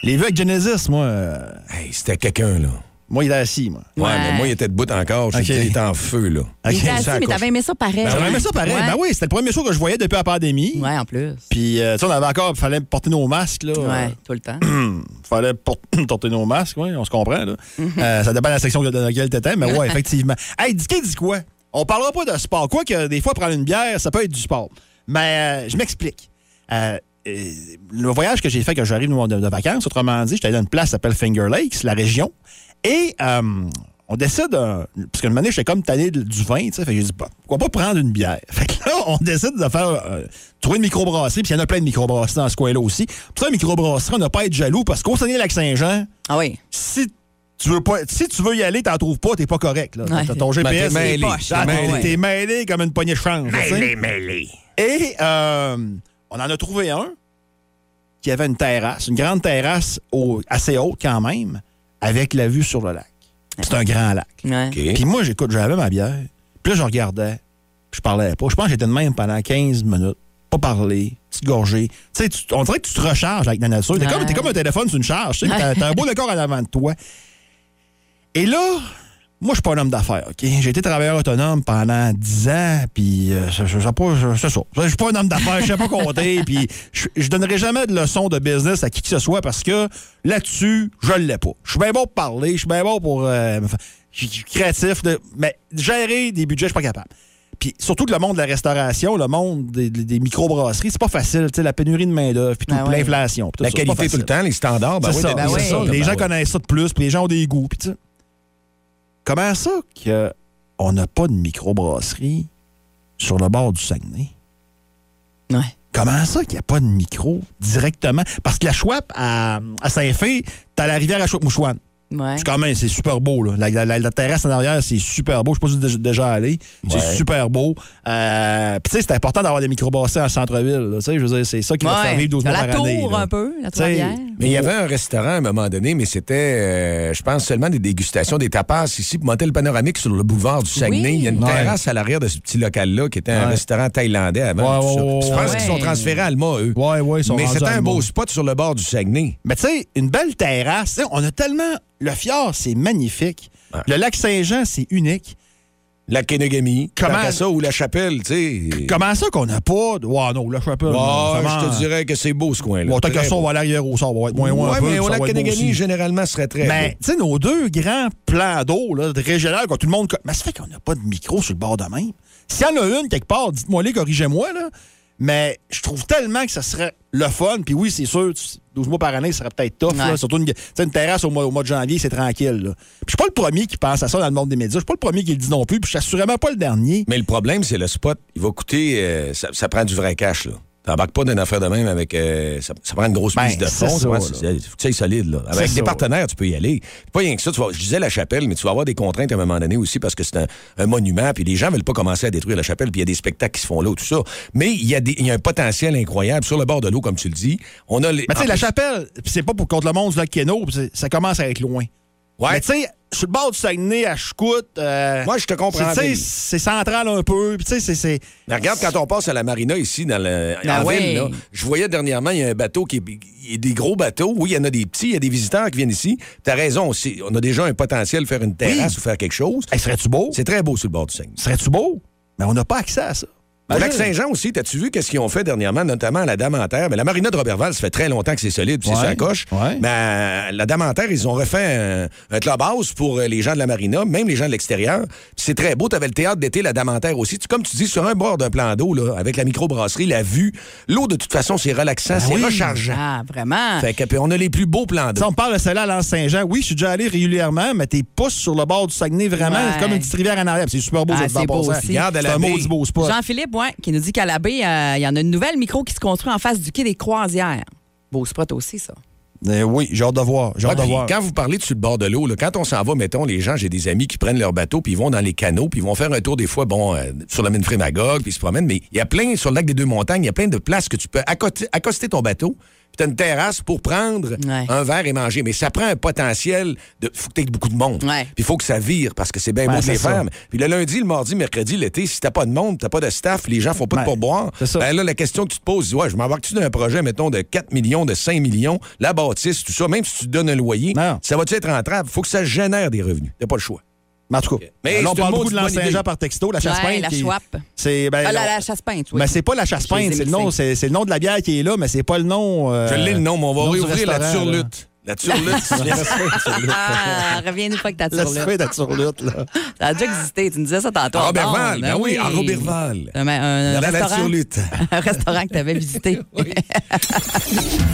Speaker 5: Les vœux avec Genesis, moi, euh,
Speaker 3: Hey, c'était quelqu'un, là.
Speaker 5: moi, il est assis, moi.
Speaker 3: Ouais,
Speaker 4: Ouais.
Speaker 3: mais moi, il était debout encore. Je sais
Speaker 5: Ok.
Speaker 3: qu'il était en feu, là.
Speaker 4: Il était
Speaker 5: Ok,
Speaker 4: assis,
Speaker 3: ça
Speaker 4: mais
Speaker 3: accroche.
Speaker 4: t'avais aimé ça pareil.
Speaker 5: J'aurais aimé ça pareil.
Speaker 4: Ouais.
Speaker 5: Ben oui, c'était le premier show que je voyais depuis la pandémie.
Speaker 4: Ouais, en plus.
Speaker 5: Puis, euh, tu sais, on avait encore, fallait porter nos masques, là.
Speaker 4: Ouais, tout le temps.
Speaker 5: fallait por- porter nos masques, ouais, on se comprend, là. Euh, ça dépend de la section dans laquelle t'étais, mais ouais, effectivement. Hey, dis dis quoi? On parlera pas de sport. Quoi que des fois, prendre une bière, ça peut être du sport. Mais euh, je m'explique. Euh, euh, le voyage que j'ai fait quand j'arrive de, de- de vacances, autrement dit, j'étais allé dans une place qui s'appelle Finger Lakes, la région. Et euh, on décide, euh, parce qu'une année, j'étais comme tanné de- du vin, tu sais, fait que j'ai dit, bah, pourquoi pas prendre une bière? Fait que là, on décide de faire, euh, trouver une microbrasserie, puis il y en a plein de microbrasseries dans ce coin-là aussi. Puis ça, une microbrasserie, on n'a pas à être jaloux, parce qu'au Saguenay-Lac-Saint-Jean,
Speaker 4: Ah oui.
Speaker 5: si tu veux pas, si tu veux y aller, t'en trouves pas, t'es pas correct, là.
Speaker 4: Ouais.
Speaker 5: T'as ton
Speaker 3: Ben,
Speaker 5: GPS,
Speaker 3: t'es mêlé.
Speaker 5: poche, là,
Speaker 3: T'es
Speaker 5: t'es
Speaker 3: mêlé.
Speaker 5: t'es mêlé comme une poignée de change, tu sais.
Speaker 3: mêlé.
Speaker 5: Et euh, on en a trouvé un qui avait une terrasse, une grande terrasse au- assez haute quand même, avec la vue sur le lac. C'est un grand lac.
Speaker 4: Ouais.
Speaker 3: OK.
Speaker 5: Puis moi, j'écoute, j'avais ma bière. Puis là, je regardais. Puis je parlais pas. Je pense que j'étais de même pendant 15 minutes. Pas parler, petite gorgée. Tu sais, tu- on dirait que tu te recharges avec la nature. T'es comme,
Speaker 4: Ouais.
Speaker 5: t'es comme un téléphone sur une charge. tu sais, T'as t'as un beau décor en avant de toi. Et là, moi, je suis pas un homme d'affaires, OK? J'ai été travailleur autonome pendant 10 ans, puis euh, je, je- je sais pas, je- c'est ça. Je suis pas un homme d'affaires, je sais pas compter, puis je, je donnerai jamais de leçons de business à qui que ce soit parce que là-dessus, je l'ai pas. Je suis bien bon pour parler, je suis bien bon pour... euh, me fa- je suis créatif, de- mais gérer des budgets, je suis pas capable. Puis surtout que le monde de la restauration, le monde des, des- des microbrasseries, c'est pas facile, tu sais, la pénurie de main-d'œuvre, puis tout,
Speaker 4: Ah ouais.
Speaker 5: puis l'inflation. puis
Speaker 3: La
Speaker 5: tout ça, c'est pas
Speaker 3: qualité tout
Speaker 5: facile.
Speaker 3: le temps, les standards. Ben
Speaker 5: C'est
Speaker 3: oui,
Speaker 5: ça,
Speaker 3: t'as-
Speaker 5: c'est
Speaker 4: oui.
Speaker 5: ça.
Speaker 3: ben
Speaker 5: Les gens
Speaker 3: oui.
Speaker 5: connaissent ça de plus, puis les gens ont des goûts. Puis tu sais, comment ça qu'on n'a pas de microbrasserie sur le bord du Saguenay?
Speaker 4: Ouais.
Speaker 5: Comment ça qu'il n'y a pas de micro directement? Parce que la Chouape, à, à Saint-Fé, t'as la rivière à Chouap-Mouchouane.
Speaker 4: Ouais.
Speaker 5: C'est quand même, c'est super beau. Là. La, la- la- la terrasse en arrière, c'est super beau. Je ne sais pas si tu es déjà allé. C'est super beau. Euh, Puis tu sais, c'est important d'avoir des microbrasseries en centre-ville. là. Tu sais, je veux dire, c'est ça qui va te faire
Speaker 4: Ouais.
Speaker 5: vivre 12 mois
Speaker 4: T'as
Speaker 5: par
Speaker 4: la
Speaker 5: année.
Speaker 4: tour
Speaker 5: là.
Speaker 4: un peu, la
Speaker 5: Tu sais,
Speaker 4: tour
Speaker 3: Mais il y avait un restaurant à un moment donné, mais c'était, euh, je pense, seulement des dégustations, des tapas ici. Puis monter le panoramique sur le boulevard du Saguenay, il y a une
Speaker 5: Ouais.
Speaker 3: terrasse à l'arrière de ce petit local-là qui était un restaurant thaïlandais avant.
Speaker 5: Ouais,
Speaker 3: tout ça.
Speaker 5: ouais,
Speaker 3: Puis je
Speaker 5: ouais,
Speaker 3: pense
Speaker 4: ouais.
Speaker 3: qu'ils sont transférés à Alma, eux.
Speaker 5: Ouais, ouais, ils sont
Speaker 3: mais
Speaker 5: rendus
Speaker 3: c'était
Speaker 5: à
Speaker 3: un beau
Speaker 5: Alma.
Speaker 3: spot sur le bord du Saguenay.
Speaker 5: Mais tu sais, une belle terrasse, tu sais, on a tellement. Le fjord, c'est magnifique. Le lac Saint-Jean, c'est unique.
Speaker 3: La Kenegami,
Speaker 5: Comment-
Speaker 3: Comment... ça ou la Chapelle, tu sais.
Speaker 5: Comment ça qu'on n'a pas. de- Wow, non, là, je sais pas.
Speaker 3: Ouais,
Speaker 5: non, vraiment.
Speaker 3: je te dirais que c'est beau ce coin-là.
Speaker 5: Bon, tant
Speaker 3: Très
Speaker 5: que ça, on
Speaker 3: beau.
Speaker 5: va à l'arrière au sort, on va être moins loin.
Speaker 3: Ouais,
Speaker 5: un peu,
Speaker 3: mais
Speaker 5: puis
Speaker 3: au
Speaker 5: ça
Speaker 3: lac
Speaker 5: va être beau
Speaker 3: Kenegami,
Speaker 5: aussi.
Speaker 3: généralement, serait très
Speaker 5: Mais,
Speaker 3: beau.
Speaker 5: tu sais, nos deux grands plans d'eau, là, de régional, quand tout le monde. co- Mais ça fait qu'on n'a pas de micro sur le bord de même. S'il y en a une quelque part, dites-moi les, corrigez-moi, là. Mais je trouve tellement que ça serait le fun. Puis oui, c'est sûr, tu- 12 mois par année, ça serait peut-être tough. là.
Speaker 4: Ouais.
Speaker 5: surtout une, tu sais, une terrasse au mois, au mois de janvier, c'est tranquille. là. Puis je suis pas le premier qui pense à ça dans le monde des médias. Je suis pas le premier qui le dit non plus. Puis je suis assurément pas le dernier.
Speaker 3: Mais le problème, c'est le spot. Il va coûter. euh, ça, ça prend du vrai cash, là. T'embarques pas d'une affaire de même avec. euh, ça, ça prend une grosse
Speaker 5: Ben,
Speaker 3: prise de
Speaker 5: c'est
Speaker 3: fond.
Speaker 5: ça,
Speaker 3: ouais,
Speaker 5: là.
Speaker 3: c'est- c'est- Tu sais, solide, là. Avec
Speaker 5: C'est
Speaker 3: des
Speaker 5: ça.
Speaker 3: partenaires, tu peux y aller. Pas rien que ça. Tu vas, je disais la chapelle, mais tu vas avoir des contraintes à un moment donné aussi parce que c'est un, un monument, puis les gens veulent pas commencer à détruire la chapelle, puis il y a des spectacles qui se font là, tout ça. Mais il y, a des- il y a un potentiel incroyable. Sur le bord de l'eau, comme tu le dis, on a les.
Speaker 5: Mais tu sais, la
Speaker 3: en-
Speaker 5: chapelle, pis c'est pas pour contre le monde du lac Keno, pis c'est- ça commence à être loin.
Speaker 3: Ouais.
Speaker 5: Mais tu sais, sur le bord du Saguenay, à Chicoute, euh,
Speaker 3: Moi, je te comprends,
Speaker 5: c'est- Tu sais,
Speaker 3: Denis.
Speaker 5: c'est central un peu. Puis tu sais, c'est- c'est.
Speaker 3: Mais regarde, quand on passe à la marina ici, dans le,
Speaker 4: Ben
Speaker 3: en
Speaker 4: ouais.
Speaker 3: ville, là, je voyais dernièrement, il y a un bateau qui est, il y a des gros bateaux. Oui, il y en a des petits, il y a des visiteurs qui viennent ici. T'as raison, aussi. on a déjà un potentiel de faire une terrasse ou faire quelque chose.
Speaker 5: Hey, serais-tu beau?
Speaker 3: C'est très beau sur le bord du Seine.
Speaker 5: Serais-tu beau? Mais on n'a pas accès à ça.
Speaker 3: Au lac Saint-Jean aussi, t'as-tu vu qu'est-ce qu'ils ont fait dernièrement, notamment à la Dame en Terre? Mais la marina de Roberval, ça fait très longtemps que c'est solide, puis c'est
Speaker 5: Ouais,
Speaker 3: sa coche.
Speaker 5: ouais.
Speaker 3: Mais à la Dame en Terre, ils ont refait un, un clubhouse pour euh, les gens de la marina, même les gens de l'extérieur. Puis C'est très beau. T'avais le théâtre d'été, la Dame en Terre aussi. Tu, comme tu dis, sur un bord d'un plan d'eau, là, avec la microbrasserie, la vue, l'eau, de toute façon, c'est relaxant, c'est
Speaker 5: Ben oui.
Speaker 3: rechargeant.
Speaker 4: Ah, vraiment?
Speaker 3: Fait que, puis on a les plus beaux plans
Speaker 5: Tu sais,
Speaker 3: d'eau.
Speaker 5: on parle de celle-là à l'Anse Saint-Jean. Oui, je suis déjà allé régulièrement, mais t'es pas sur le bord du Saguenay vraiment.
Speaker 4: Ouais.
Speaker 5: C'est comme une petite rivière en arrière. puis C'est super beau,
Speaker 4: Ah,
Speaker 5: ça,
Speaker 4: c'est beau aussi.
Speaker 5: Regarde,
Speaker 3: C'est
Speaker 5: elle
Speaker 3: un
Speaker 5: a
Speaker 3: maudit
Speaker 5: maudit beau spot.
Speaker 4: Jean-Philippe, ouais, qui nous dit qu'à la baie, euh, il y en a une nouvelle micro qui se construit en face du quai des croisières. Beau spot aussi, ça.
Speaker 5: Eh oui, j'ai hâte de voir. J'ai
Speaker 3: Ouais,
Speaker 5: hâte de
Speaker 3: puis
Speaker 5: voir.
Speaker 3: quand vous parlez de sur le bord de l'eau, là, quand on s'en va, mettons, les gens, j'ai des amis qui prennent leur bateau, puis ils vont dans les canaux, puis ils vont faire un tour des fois, bon, euh, sur la mine Frémagogue, puis ils se promènent, mais il y a plein, sur le lac des Deux-Montagnes, il y a plein de places que tu peux accoter- accoster ton bateau, puis t'as une terrasse pour prendre
Speaker 4: Ouais.
Speaker 3: un verre et manger. Mais ça prend un potentiel de... faut que t'aies beaucoup de monde.
Speaker 4: Ouais.
Speaker 3: Puis il faut que ça vire, parce que c'est bien
Speaker 5: Ouais,
Speaker 3: beau de
Speaker 5: c'est
Speaker 3: les
Speaker 5: ça.
Speaker 3: faire. mais- Puis le lundi, le mardi, mercredi, l'été, si t'as pas de monde, t'as pas de staff, les gens font pas de
Speaker 5: Ouais,
Speaker 3: pourboire,
Speaker 5: c'est ça.
Speaker 3: ben ben là, la question que tu te poses, dis, ouais, je m'embarque-tu d'un projet, mettons, de 4 millions, de 5 millions, la bâtisse, tout ça, même si tu te donnes un loyer,
Speaker 5: Non.
Speaker 3: ça va-tu être rentable? faut que ça génère des revenus. T'as pas le choix.
Speaker 5: Mais en tout cas,
Speaker 3: Mais
Speaker 5: là, on parle
Speaker 3: c'est une
Speaker 5: beaucoup de
Speaker 3: maudite
Speaker 5: l'Anse
Speaker 3: bonne idée.
Speaker 5: Saint-Jean par texto, la chasse
Speaker 4: Ouais,
Speaker 5: peinte
Speaker 4: la
Speaker 5: qui-
Speaker 4: Schwapp.
Speaker 5: C'est, ben,
Speaker 4: Ah, la,
Speaker 5: on-
Speaker 4: la chasse peinte, oui.
Speaker 5: Mais c'est pas la chasse
Speaker 4: Je les ai
Speaker 5: peinte, c'est le
Speaker 4: mixés.
Speaker 5: nom, c'est c'est le nom de la bière qui est là, mais c'est pas le nom. euh,
Speaker 3: Je l'ai le nom, mais on va
Speaker 5: nom du
Speaker 3: réouvrir la
Speaker 5: restaurant, là.
Speaker 3: turlute. La turlute, c'est la
Speaker 4: Ah, reviens-nous pas que t'as
Speaker 5: La
Speaker 4: sur là.
Speaker 5: suite à turlute, là.
Speaker 4: Ça a déjà existé, tu nous disais ça tantôt.
Speaker 3: À
Speaker 4: Ah,
Speaker 3: Roberval, ben oui, à Roberval.
Speaker 4: Un, un,
Speaker 3: la- la
Speaker 4: restaurant,
Speaker 3: turlute.
Speaker 4: un restaurant que t'avais visité.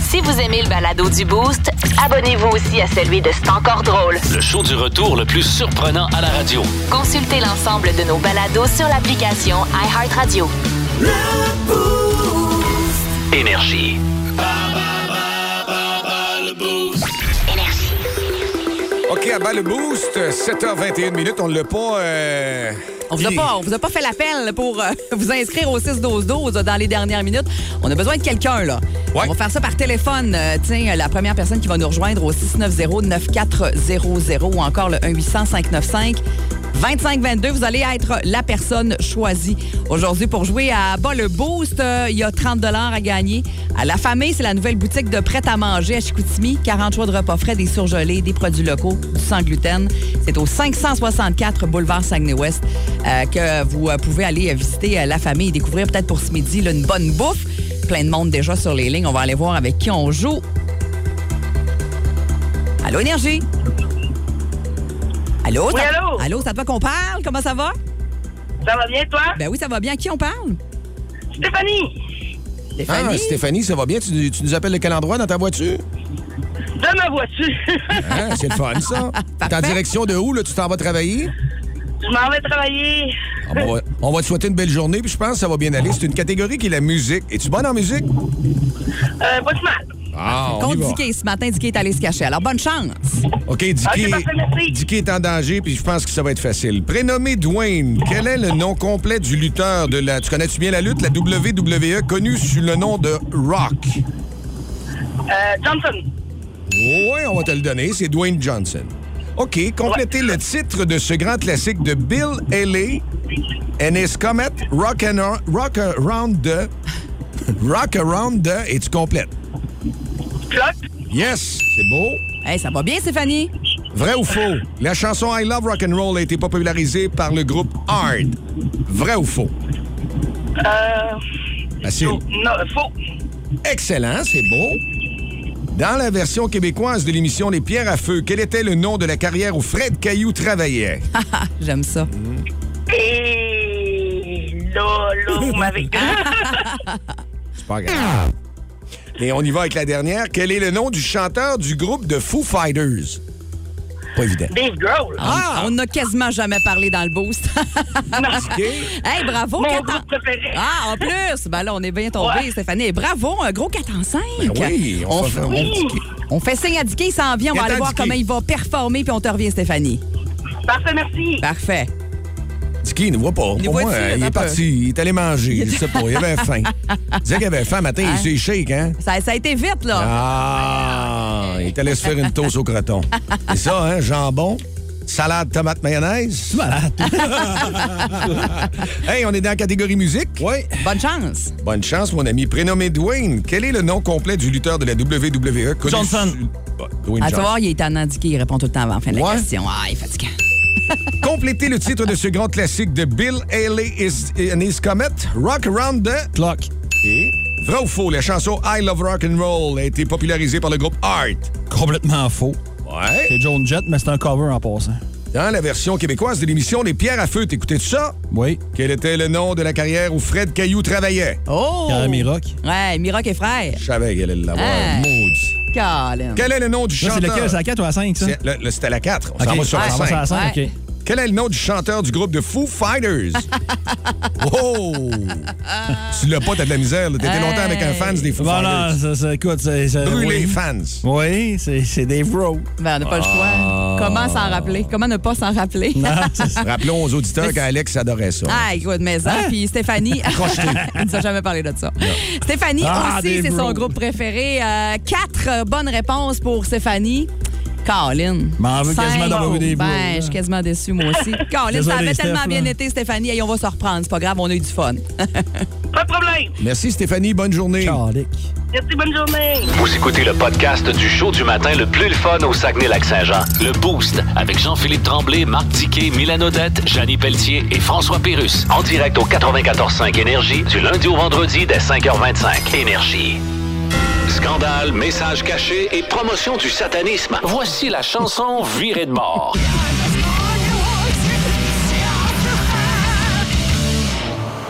Speaker 1: Si vous aimez le balado du Boost, abonnez-vous aussi à celui de C'est encore drôle.
Speaker 2: Le show du retour le plus surprenant à la radio.
Speaker 1: Consultez l'ensemble de nos balados sur l'application iHeartRadio.
Speaker 2: Énergie.
Speaker 3: OK, à bas le boost, 7h21 minutes, on l'a pas. euh,
Speaker 4: On vous a
Speaker 3: dit.
Speaker 4: pas, on vous a pas fait l'appel pour euh, vous inscrire au 6-12-12 euh, dans les dernières minutes. On a besoin de quelqu'un, là.
Speaker 3: Ouais.
Speaker 4: On va faire ça par téléphone. Euh, tiens, la première personne qui va nous rejoindre au 690-9400 ou encore le 1-800-595-2522. Vous allez être la personne choisie. Aujourd'hui, pour jouer à Bas le Boost, euh, il y a 30 à gagner. À La Famille, c'est la nouvelle boutique de prêt-à-manger à Chicoutimi. 40 choix de repas frais, des surgelés, des produits locaux, du sans gluten. C'est au 564 boulevard Saguenay-Ouest euh, que vous euh, pouvez aller euh, visiter euh, La Famille et découvrir peut-être pour ce midi là, une bonne bouffe. Plein de monde déjà sur les lignes. On va aller voir avec qui on joue. Allô, Énergie? Allô?
Speaker 9: Oui,
Speaker 4: ça-
Speaker 9: allô?
Speaker 4: Allô, c'est à toi qu'on parle? Comment ça va?
Speaker 9: Ça va bien, toi?
Speaker 4: Ben oui, ça va bien. À qui on parle?
Speaker 9: Stéphanie,
Speaker 3: Ah,
Speaker 4: Stéphanie?
Speaker 3: Stéphanie, ça va bien? Tu, tu nous appelles de quel endroit dans ta voiture?
Speaker 9: de ma voiture.
Speaker 3: Hein, c'est le fun, ça. T'es en direction de où, là? Tu t'en vas travailler?
Speaker 9: Je m'en vais travailler.
Speaker 3: Ah, bon, on va- on va te souhaiter une belle journée, puis je pense que ça va bien aller. C'est une catégorie qui est la musique. Es-tu bonne en musique?
Speaker 9: Euh, pas de mal.
Speaker 3: Ah, on y
Speaker 4: Contre
Speaker 3: va. Ah,
Speaker 4: Dicky ce matin, Dicky est allé se cacher. Alors, bonne chance.
Speaker 3: OK, Dicky,
Speaker 9: Ok, parfait, merci.
Speaker 3: Dicky est en danger, puis je pense que ça va être facile. Prénommé Dwayne, quel est le nom complet du lutteur de la... Tu connais-tu bien la lutte? La WWE, connue sous le nom de Rock.
Speaker 9: Euh, Johnson,
Speaker 3: Oui, on va te le donner, c'est Dwayne Johnson. OK, complétez le titre de ce grand classique de Bill Haley and his Comet, Rock, and, rock Around the... Rock Around the... Et tu complètes.
Speaker 9: Clock,
Speaker 3: Yes, c'est beau.
Speaker 4: Hey, ça va bien, Stéphanie?
Speaker 3: Vrai ou faux? La chanson I Love Rock and Roll a été popularisée par le groupe Hard. Vrai ou faux?
Speaker 9: euh,
Speaker 3: Facile.
Speaker 9: non, faux.
Speaker 3: Excellent, c'est beau. Dans la version québécoise de l'émission Les Pierres à Feu, quel était le nom de la carrière où Fred Caillou travaillait?
Speaker 4: J'aime ça.
Speaker 9: Et là, là, vous m'avez.
Speaker 3: C'est pas grave. Et on y va avec la dernière. Quel est le nom du chanteur du groupe de Foo Fighters? Pas évident.
Speaker 9: Dave Grohl.
Speaker 3: Ah!
Speaker 4: On n'a quasiment jamais parlé dans le boost. hey, bravo.
Speaker 9: Mon
Speaker 4: quatre
Speaker 9: groupe
Speaker 4: en-
Speaker 9: préféré.
Speaker 4: Ah, en plus. Ben là, on est bien tombé,
Speaker 9: Ouais.
Speaker 4: Stéphanie. Et bravo, un gros 4 en 5.
Speaker 3: Ben Oui, on,
Speaker 4: on,
Speaker 3: fait un bon ticket.
Speaker 4: on fait signe à Dicky, il s'en vient. On va
Speaker 3: Quatre
Speaker 4: aller
Speaker 3: à
Speaker 4: voir
Speaker 3: Dicky.
Speaker 4: comment il va performer, puis on te revient, Stéphanie.
Speaker 9: Parfait, merci.
Speaker 4: Parfait.
Speaker 3: Dicky, il ne voit pas.
Speaker 4: Il
Speaker 3: Pour
Speaker 4: voit-tu,
Speaker 3: moi,
Speaker 4: là,
Speaker 3: il
Speaker 4: t'as
Speaker 3: est
Speaker 4: peur?
Speaker 3: parti. Il est allé manger. Je sais pas. Il avait faim. Il disait qu'il avait faim matin. Il s'est shake, hein?
Speaker 4: Ça, ça a été vite, là.
Speaker 3: Ah! Il est allé se faire une toast au croton. C'est ça, hein? Jambon, salade, tomate, mayonnaise. Malade. hey, on est dans la catégorie musique. Oui.
Speaker 4: Bonne chance.
Speaker 3: Bonne chance, mon ami. Prénommé Dwayne. Quel est le nom complet du lutteur de la WWE? connu
Speaker 5: Johnson.
Speaker 3: sous- Bah, Dwayne
Speaker 4: À te
Speaker 3: Johnson.
Speaker 4: voir, Ah, il est en indiqué, il répond tout le temps avant la fin de la
Speaker 3: Ouais.
Speaker 4: question. Ah, il est fatiguant.
Speaker 3: Complétez le titre de ce grand classique de Bill Haley is, and His Comet, Rock Around the
Speaker 5: Clock.
Speaker 3: Et vrai ou faux, la chanson I Love Rock and Roll a été popularisée par le groupe Art.
Speaker 5: Complètement faux.
Speaker 3: Ouais.
Speaker 5: C'est Joan Jett, mais c'est un cover en passant.
Speaker 3: Dans la version québécoise de l'émission Les Pierres à Feu, t'écoutais ça?
Speaker 5: Oui.
Speaker 3: Quel était le nom de la carrière où Fred Caillou travaillait?
Speaker 4: Oh!
Speaker 5: Carré Miroc.
Speaker 4: Ouais, Miroc et frère.
Speaker 3: Je savais qu'elle allait l'avoir.
Speaker 5: Ah.
Speaker 4: Hey.
Speaker 3: Maudit.
Speaker 4: Colin.
Speaker 3: Quel est le nom du
Speaker 5: Là,
Speaker 3: chanteur?
Speaker 5: c'est lequel? C'est la 4 ou la 5, ça?
Speaker 3: C'est- le- le- C'était la 4. On
Speaker 5: Ok.
Speaker 3: s'en va sur
Speaker 5: Ah,
Speaker 3: la
Speaker 5: on va
Speaker 3: 5.
Speaker 5: sur la 5,
Speaker 4: Ouais.
Speaker 5: OK.
Speaker 3: Quel est le nom du chanteur du groupe de Foo Fighters? oh! tu l'as pas, t'as de la misère. là. T'étais
Speaker 4: Hey.
Speaker 3: longtemps avec un fan des Foo
Speaker 5: Bon,
Speaker 3: Fighters.
Speaker 5: non, ça, ça, écoute, c'est... c'est-
Speaker 3: Brûlé
Speaker 5: oui.
Speaker 3: fans.
Speaker 5: Oui, c'est c'est Dave Rowe.
Speaker 4: Ben, on n'a pas le
Speaker 3: Ah.
Speaker 4: choix. Comment s'en rappeler? Comment ne pas s'en rappeler?
Speaker 3: Rappelons aux auditeurs qu'Alex adorait ça.
Speaker 4: Ah, écoute, mais
Speaker 5: Hein?
Speaker 4: ça. Puis Stéphanie. Elle nous a jamais parlé de ça. Stéphanie
Speaker 5: Ah,
Speaker 4: aussi,
Speaker 5: des
Speaker 4: c'est son
Speaker 5: bros.
Speaker 4: groupe préféré. Euh, quatre euh, bonnes réponses pour Stéphanie. Colin.
Speaker 5: M'en veux quasiment
Speaker 4: Cinq.
Speaker 5: d'avoir eu des bros,
Speaker 4: Ben,
Speaker 5: là.
Speaker 4: je suis quasiment déçue, moi aussi. Colin, ça
Speaker 5: Désolé,
Speaker 4: avait tellement
Speaker 5: Steph, hein.
Speaker 4: bien
Speaker 5: là.
Speaker 4: été, Stéphanie. Hey, on va se reprendre. C'est pas grave, on a eu du fun.
Speaker 9: Pas de problème.
Speaker 3: Merci Stéphanie, bonne journée.
Speaker 5: Calique.
Speaker 9: Merci, bonne journée.
Speaker 2: Vous écoutez le podcast du show du matin le plus le fun au Saguenay-Lac-Saint-Jean. Le Boost avec Jean-Philippe Tremblay, Marc Diquet, Milan Odette, Janine Pelletier et François Pérus. En direct au 94.5 Énergie du lundi au vendredi dès 5h25. Énergie. Scandale, message caché et promotion du satanisme. Voici la chanson Virée de mort.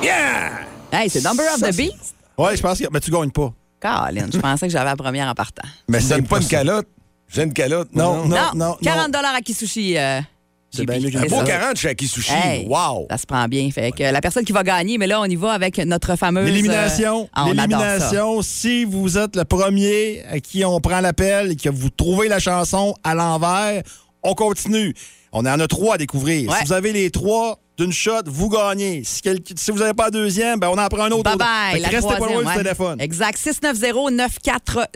Speaker 3: Yeah!
Speaker 4: Hey, c'est Number of
Speaker 5: Ça,
Speaker 4: the
Speaker 5: c'est-
Speaker 4: Beast.
Speaker 5: Ouais, je pense que. Mais tu gagnes pas.
Speaker 4: Colin, je pensais que j'avais la première en partant.
Speaker 3: Mais ça
Speaker 5: C'est
Speaker 3: n'est pas
Speaker 5: pas
Speaker 3: une
Speaker 5: ça.
Speaker 3: calotte. J'ai une calotte.
Speaker 5: Non, non.
Speaker 4: Non, 40 à Kisushi. euh,
Speaker 5: C'est
Speaker 4: JP.
Speaker 5: bien mieux qu'une
Speaker 3: Un
Speaker 4: C'est
Speaker 3: beau
Speaker 4: ça.
Speaker 3: 40 chez Akisushi.
Speaker 4: Hey,
Speaker 3: wow!
Speaker 4: Ça se prend bien. Fait que la personne qui va gagner, mais là, on y va avec notre fameuse. euh,
Speaker 5: L'élimination.
Speaker 4: ah, on adore ça.
Speaker 5: L'élimination. Si vous êtes le premier à qui on prend l'appel et que vous trouvez la chanson à l'envers, on continue. On en a trois à découvrir.
Speaker 4: Ouais.
Speaker 5: Si vous avez les trois d'une shot, vous gagnez. Si, quel- si vous n'avez pas la deuxième, ben on en prend un autre.
Speaker 4: Bye
Speaker 5: Fait
Speaker 4: bye.
Speaker 5: que
Speaker 4: La
Speaker 5: restez pas
Speaker 4: troisième,
Speaker 5: loin
Speaker 4: ouais.
Speaker 5: du téléphone.
Speaker 4: Exact.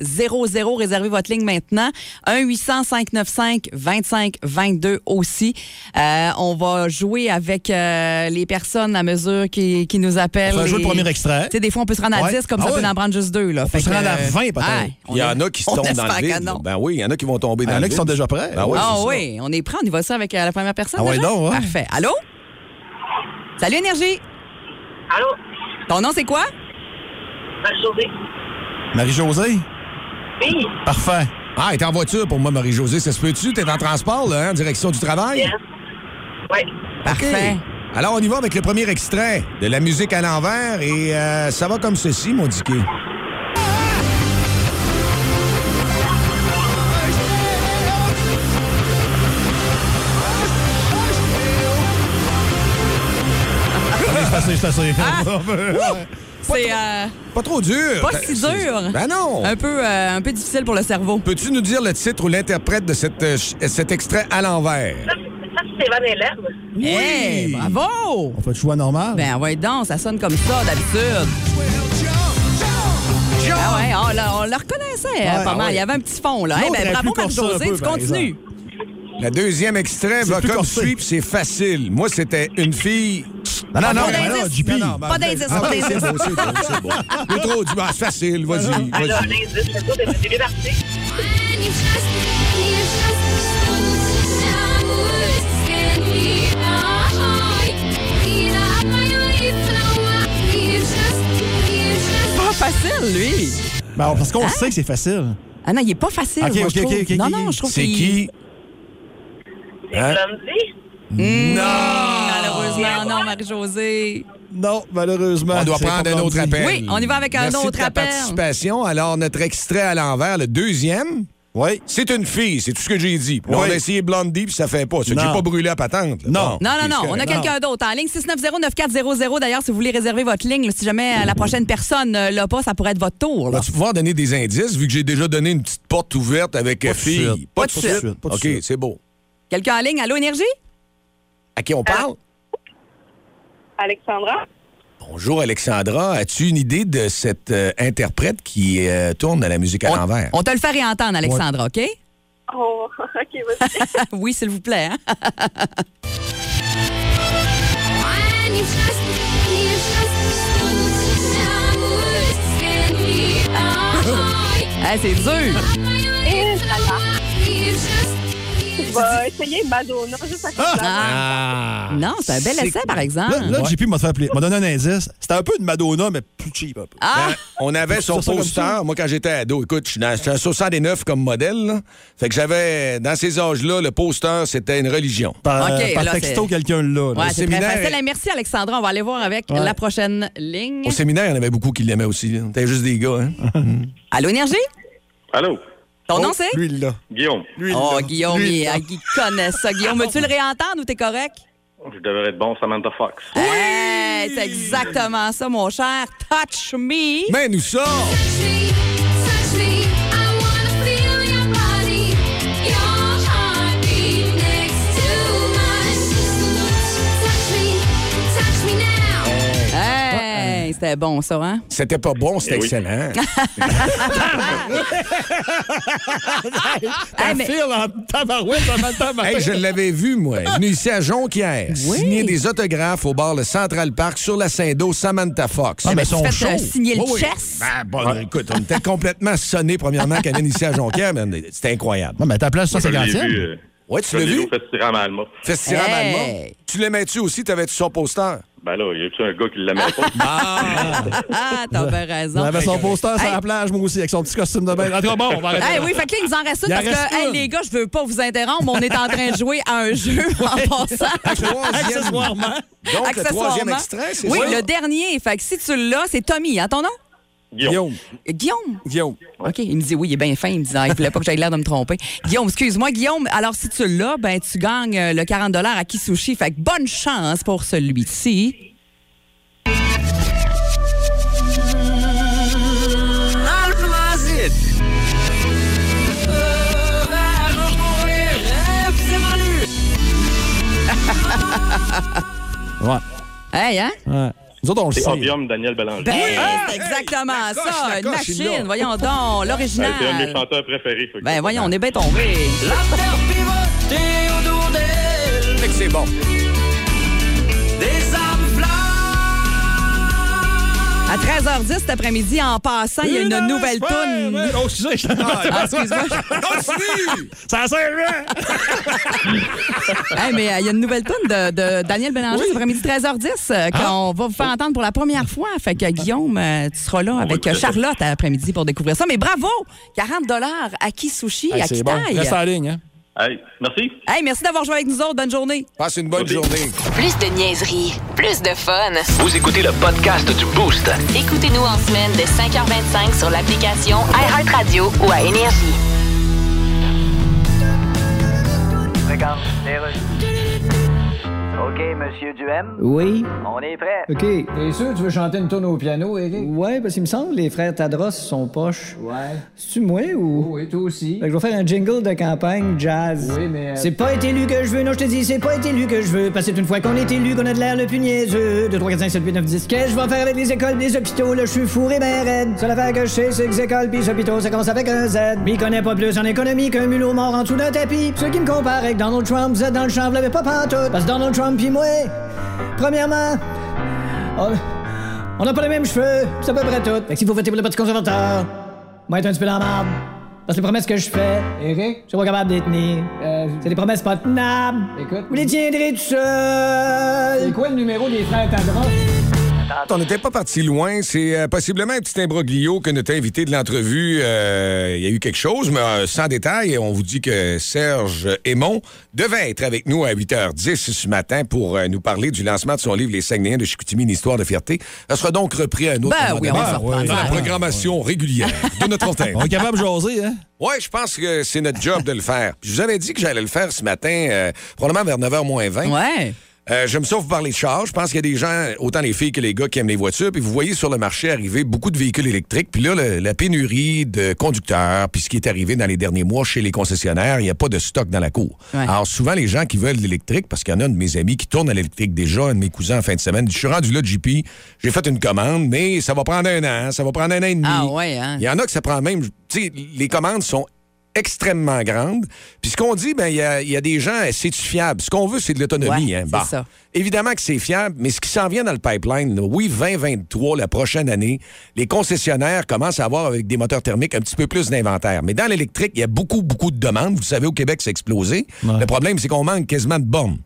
Speaker 4: 690-9400. Réservez votre ligne maintenant. 1-800-595-2522 aussi. Euh, on va jouer avec euh, les personnes à mesure qui, qui nous appellent.
Speaker 5: On va jouer le
Speaker 4: Et-
Speaker 5: premier extrait.
Speaker 4: Tu sais, des fois, on peut se rendre à
Speaker 5: Ouais.
Speaker 4: 10, comme
Speaker 5: Ah
Speaker 4: ça, on
Speaker 5: ouais.
Speaker 4: peut en prendre juste deux. Là. euh,
Speaker 5: peut se rendre à 20 peut-être.
Speaker 3: Il y en a qui se tombent dans le vide. là. Ben oui, il y en a qui vont tomber
Speaker 5: Il
Speaker 3: dans
Speaker 5: y en
Speaker 3: le
Speaker 5: a qui
Speaker 3: vide.
Speaker 5: sont déjà prêts.
Speaker 3: Ben oui,
Speaker 4: Ah
Speaker 3: c'est ça.
Speaker 4: oui, on est prêt, on y va ça avec euh, la première personne.
Speaker 5: Ah ouais,
Speaker 4: déjà?
Speaker 5: donc, ouais.
Speaker 4: Parfait. Allô? Salut Énergie!
Speaker 9: Allô?
Speaker 4: Ton nom c'est quoi?
Speaker 9: Bonne journée.
Speaker 5: Marie-Josée?
Speaker 9: Oui,
Speaker 5: Parfait.
Speaker 3: Ah, elle est en voiture pour moi, Marie-Josée. Ça se peut-tu? T'es en transport, là, hein, en direction du travail?
Speaker 9: yes. Ouais.
Speaker 4: Parfait.
Speaker 3: OK. Alors, on y va avec le premier extrait de la musique à l'envers et euh, ça va comme ceci, mon diqué.
Speaker 5: Je suis assez, je suis assez.
Speaker 4: C'est euh,
Speaker 3: Pas trop dur.
Speaker 4: pas si dur.
Speaker 3: Ben non.
Speaker 4: Un peu, euh, un peu difficile pour le cerveau.
Speaker 3: Peux-tu nous dire le titre ou l'interprète de cette, euh, ch- cet extrait à l'envers?
Speaker 9: Ça, ça c'est Van Hélène.
Speaker 4: Oui! Eh, bravo!
Speaker 5: On fait le choix normal.
Speaker 4: Ben ouais donc, ça sonne comme ça d'habitude. Ah ouais, on, le- on le reconnaissait euh,
Speaker 5: Ouais,
Speaker 4: pas
Speaker 5: ah
Speaker 4: mal.
Speaker 5: ouais.
Speaker 4: Il y avait un petit fond là.
Speaker 5: Nous,
Speaker 4: Eh
Speaker 5: on
Speaker 4: ben,
Speaker 5: aurait
Speaker 4: bravo
Speaker 5: pu corser un
Speaker 4: Marc-Josée,
Speaker 5: peu,
Speaker 4: tu
Speaker 5: par
Speaker 4: continues.
Speaker 3: Le deuxième extrait va
Speaker 5: plus
Speaker 3: comme
Speaker 5: corsé.
Speaker 3: suit, puis c'est facile. Moi, c'était une fille.
Speaker 5: Non, non, non,
Speaker 4: Pas
Speaker 5: ben non,
Speaker 4: d'indice.
Speaker 5: JP.
Speaker 4: Pas d'indice,
Speaker 3: Ah,
Speaker 4: pas
Speaker 3: ben, c'est
Speaker 4: d'indice.
Speaker 3: bon, c'est bon, c'est bon. C'est trop dur. Ah, c'est facile, vas-y,
Speaker 9: Alors,
Speaker 3: vas-y.
Speaker 9: les indices, c'est tout, c'est du liberté.
Speaker 4: Pas facile, lui.
Speaker 5: Ben, parce qu'on sait que c'est facile.
Speaker 4: Ah non, il est pas facile.
Speaker 5: Ok,
Speaker 4: moi,
Speaker 5: ok,
Speaker 4: Hein? je trouve.
Speaker 5: ok, ok,
Speaker 4: non,
Speaker 5: ok.
Speaker 4: non, je trouve
Speaker 3: C'est
Speaker 4: qu'il-
Speaker 3: qui? Hein?
Speaker 9: Blondie?
Speaker 4: Hmm, Malheureusement, non, Marie-Josée.
Speaker 5: Non, malheureusement.
Speaker 3: On doit
Speaker 5: c'est
Speaker 3: prendre
Speaker 5: pas
Speaker 3: un autre
Speaker 5: Blondie.
Speaker 3: appel.
Speaker 4: Oui, on y va avec un
Speaker 3: Merci
Speaker 4: autre
Speaker 3: de ta
Speaker 4: appel.
Speaker 3: participation. Alors, notre extrait à l'envers, le deuxième.
Speaker 5: Oui.
Speaker 3: C'est une fille, c'est tout ce que j'ai dit. Puis là,
Speaker 5: Oui.
Speaker 3: On a essayé Blondie, puis ça fait pas. Ça, J'ai
Speaker 5: Non.
Speaker 3: pas brûlé la patente. là.
Speaker 5: Non.
Speaker 3: Bon,
Speaker 4: Non, non,
Speaker 3: c'est
Speaker 4: non.
Speaker 3: correct.
Speaker 4: On a quelqu'un d'autre en ligne. 690-9400. D'ailleurs, si vous voulez réserver votre ligne, là, si jamais euh, la prochaine personne euh, l'a pas, ça pourrait être votre tour. là.
Speaker 3: Vas-tu pouvoir donner des indices, vu que j'ai déjà donné une petite porte ouverte avec euh,
Speaker 5: de
Speaker 3: fille?
Speaker 5: suite. Pas de suite. Pas de
Speaker 3: OK,
Speaker 5: suite.
Speaker 3: c'est beau.
Speaker 4: Quelqu'un en ligne? Allô, Énergie?
Speaker 3: À qui on parle?
Speaker 9: Alexandra?
Speaker 3: Bonjour, Alexandra. As-tu une idée de cette euh, interprète qui euh, tourne à la musique à l'envers?
Speaker 4: On te le fait réentendre, Alexandra, OK?
Speaker 9: Oh, OK, vas-y.
Speaker 4: oui, s'il vous plaît. hein? Ah, c'est dur.
Speaker 9: Eh, voilà. Je vais essayer Madonna juste à côté. de la-
Speaker 3: Ah!
Speaker 4: Non, c'est un bel essai, par exemple.
Speaker 5: Là, là JP m'a fait appeler- m'a donné un indice. C'était un peu de Madonna, mais plus cheap un peu.
Speaker 4: Ah!
Speaker 3: Ben, on avait son
Speaker 5: Sur ça comme
Speaker 3: poster. Moi, quand j'étais ado, écoute, je suis dans- je suis en 69 comme modèle. là. Fait que j'avais, dans ces âges-là, le poster, c'était une religion.
Speaker 5: Par, euh,
Speaker 4: OK,
Speaker 5: par
Speaker 4: là,
Speaker 5: texto,
Speaker 4: c'est-
Speaker 5: quelqu'un là. là.
Speaker 4: Ouais, c'est très
Speaker 3: séminaire
Speaker 4: facile.
Speaker 3: est-
Speaker 4: Eh, Merci, Alexandra. On va aller voir avec la prochaine ligne.
Speaker 3: Au séminaire, il y en avait beaucoup qui l'aimaient aussi. là. C'était juste des gars, hein?
Speaker 4: Allô, Énergie?
Speaker 10: Allô,
Speaker 4: Ton nom, c'est?
Speaker 5: Lui, là.
Speaker 10: Guillaume,
Speaker 4: Oh, Guillaume, il, ah, il connaît ça. Guillaume, veux-tu le réentendre ou t'es correct?
Speaker 10: je devrais être bon Samantha Fox.
Speaker 4: Hey, c'est exactement ça, mon cher. Touch me.
Speaker 3: Mais nous ça!
Speaker 4: Hey, c'était bon, ça, hein?
Speaker 3: C'était pas bon, c'était
Speaker 10: Eh oui.
Speaker 3: excellent.
Speaker 4: Hey, mais- euh,
Speaker 3: Hey, je l'avais vu, moi. Venu ici à Jonquière. Signer des autographes au bar Le Central Park sur la Saint-Do, Samantha Fox.
Speaker 5: Ah, mais son
Speaker 4: fait,
Speaker 5: show.
Speaker 4: euh, signer le
Speaker 3: Oui, oui.
Speaker 4: chess.
Speaker 10: Ah,
Speaker 3: Ben, bon, écoute, on était complètement sonné premièrement, qu'elle vienne ici à Jonquière, mais c'était incroyable.
Speaker 5: Non, mais à ta place,
Speaker 10: Je l'ai
Speaker 5: 150e.
Speaker 10: vu. euh,
Speaker 3: Ouais, tu
Speaker 10: je
Speaker 3: l'as
Speaker 10: l'ai
Speaker 3: vu?
Speaker 10: vu au festival à Malma.
Speaker 3: Festival
Speaker 4: Hey.
Speaker 3: Malma. Tu l'aimais-tu aussi? T'avais-tu son poster?
Speaker 10: Ben là, y a-tu un gars qui l'aimait pas?
Speaker 3: Ah.
Speaker 4: Ah, t'as bien raison.
Speaker 5: Il avait son poster sur
Speaker 4: Hey.
Speaker 5: la plage, moi aussi, avec son petit costume de bain. En tout cas, bon, on va arrêter.
Speaker 4: Hey,
Speaker 5: là.
Speaker 4: oui, fait que là, il nous en reste une
Speaker 5: Il en
Speaker 4: parce
Speaker 5: reste
Speaker 4: que, hey,
Speaker 5: une.
Speaker 4: les gars, je veux pas vous interrompre, mais on est en train de jouer à un jeu en passant.
Speaker 3: Troisième.
Speaker 5: Accessoirement.
Speaker 3: Donc, le
Speaker 4: Accessoirement.
Speaker 3: troisième extrait, c'est
Speaker 4: Oui,
Speaker 3: ça?
Speaker 4: le dernier. Fait que si tu l'as, c'est Tommy, hein, ton nom?
Speaker 10: Guillaume.
Speaker 4: Guillaume.
Speaker 5: Guillaume.
Speaker 4: OK, il me dit oui, il est bien fin. Il me dit non, il voulait pas que j'aille l'air de me tromper. Guillaume, excuse-moi, Guillaume, alors si tu l'as, ben tu gagnes euh, le 40 à Kisushi. Fait que bonne chance pour celui-ci.
Speaker 5: Ouais.
Speaker 4: Hey, hein?
Speaker 5: ouais. Nous autres, on le
Speaker 10: C'est
Speaker 5: sait.
Speaker 10: Obium Daniel Bélanger.
Speaker 4: Ben, c'est exactement
Speaker 3: ah, la coche,
Speaker 4: ça.
Speaker 3: la
Speaker 4: Une
Speaker 3: coche, il l'a.
Speaker 4: machine, voyons donc,
Speaker 10: Ben, c'est un de mes
Speaker 4: l'original.
Speaker 10: chanteurs préférés. fait que-
Speaker 4: Ben voyons, on est bien tombé.
Speaker 3: Fait que c'est bon.
Speaker 4: À 13h10 cet après-midi, en passant, il y a une nouvelle
Speaker 5: Ouais, ouais.
Speaker 4: toune.
Speaker 5: Oh, excusez, je
Speaker 4: Ah, excuse-moi.
Speaker 3: Continue!
Speaker 5: Ça sert à rien.
Speaker 4: Hey, mais euh, il y a une nouvelle toune de, de Daniel Bélanger cet après-midi, 13h10,
Speaker 3: Ah.
Speaker 4: euh, qu'on va vous
Speaker 3: Oh.
Speaker 4: faire entendre pour la première fois. Fait que Guillaume, euh, tu seras là avec euh, Charlotte à l'après-midi pour découvrir ça. Mais bravo! 40 à qui sushi, à qui
Speaker 5: C'est bon.
Speaker 4: taille?
Speaker 5: Reste en ligne, hein.
Speaker 10: Hey, merci.
Speaker 4: Hey, merci d'avoir joué avec nous autres. Bonne journée.
Speaker 3: Passe une bonne journée.
Speaker 1: Plus de niaiserie, plus de fun.
Speaker 2: Vous écoutez le podcast du Boost.
Speaker 1: Écoutez-nous en semaine de 5h25 sur l'application iHeartRadio ou à Énergie.
Speaker 7: Regarde, les rues. OK, monsieur Duhem,
Speaker 6: Oui.
Speaker 7: on est prêt.
Speaker 6: OK.
Speaker 8: T'es sûr, tu veux chanter une tourne au piano, Eric?
Speaker 6: Ouais, parce qu'il me semble que les frères Tadros sont poches.
Speaker 8: Ouais.
Speaker 6: C'est-tu moi ou.
Speaker 8: Oui, toi aussi.
Speaker 6: Fait que je vais faire un jingle de campagne jazz.
Speaker 8: Oui, mais, euh,
Speaker 6: C'est pas être élu que je veux, non, je te dis, c'est pas être élu que je veux. Parce que c'est une fois qu'on est élu, qu'on a de l'air le plus niaiseux. 2, 3, 4, 5, 7, 8, 9, 10. Qu'est-ce que je vais faire avec les écoles, les hôpitaux? Là, je suis fourré, ben raide. Seule affaire que je sais, c'est que les écoles, pis les hôpitaux, ça commence avec un Z. M'y connais pas plus en économie qu'un mulot mort en dessous d'un tapis. Ceux qui me comparent avec Donald Trump, vous êtes dans le champ, vous l'avez pas pantoute. Parce que Donald Trump pis moi, premièrement, oh, on- on n'a pas les mêmes cheveux, pis c'est à peu près tout. Fait que si vous votez pour le Parti conservateur, moi, être un petit peu dans la marde. Parce que les promesses que je fais,
Speaker 8: Eric?
Speaker 6: je suis pas capable de les tenir.
Speaker 8: Euh,
Speaker 6: C'est des promesses pas tenables.
Speaker 8: Écoute.
Speaker 6: Vous les tiendrez tout seul.
Speaker 8: quoi le numéro des frères Tadros?
Speaker 3: On n'était pas parti loin. C'est euh, possiblement un petit imbroglio que notre invité de l'entrevue, euh, il y a eu quelque chose, mais euh, sans détail, on vous dit que Serge Aymon devait être avec nous à 8h10 ce matin pour euh, nous parler du lancement de son livre Les Saguenayens de Chicoutimi, une histoire de fierté. Ça sera donc repris à un autre
Speaker 4: Ben
Speaker 3: moment
Speaker 4: oui,
Speaker 3: donné.
Speaker 4: on va s'en reprendre.
Speaker 3: dans la programmation régulière de notre antenne.
Speaker 5: On est capable de jaser, hein?
Speaker 3: Oui, je pense que c'est notre job de le faire. Puis Je vous avais dit que j'allais le faire ce matin, euh, probablement vers 9h moins 20.
Speaker 4: Ouais.
Speaker 3: Euh, J'aime ça vous parler de char. Je pense qu'il y a des gens, autant les filles que les gars, qui aiment les voitures. Puis vous voyez sur le marché arriver beaucoup de véhicules électriques. Puis là, le- la pénurie de conducteurs, puis ce qui est arrivé dans les derniers mois chez les concessionnaires, il n'y a pas de stock dans la cour.
Speaker 4: Ouais.
Speaker 3: Alors souvent, les gens qui veulent de l'électrique, parce qu'il y en a un de mes amis qui tourne à l'électrique déjà, un de mes cousins en fin de semaine, dit, je suis rendu là, JP, j'ai fait une commande, mais ça va prendre un an, ça va prendre un an et demi.
Speaker 4: Ah ouais, hein?
Speaker 3: Il y en a que ça prend même. Tu sais, les commandes sont extrêmement grandes. Puis ce qu'on dit, ben il y a, il y a des gens, c'est-tu fiable? Ce qu'on veut, c'est de l'autonomie.
Speaker 4: Ouais,
Speaker 3: hein.
Speaker 4: c'est
Speaker 3: Bah.
Speaker 4: ça.
Speaker 3: Évidemment que c'est fiable, mais ce qui s'en vient dans le pipeline, là, oui, 2023, la prochaine année, les concessionnaires commencent à avoir avec des moteurs thermiques un petit peu plus d'inventaire. Mais dans l'électrique, il y a beaucoup, beaucoup de demandes. Vous savez, au Québec, c'est explosé. Le problème, c'est qu'on manque quasiment de bornes.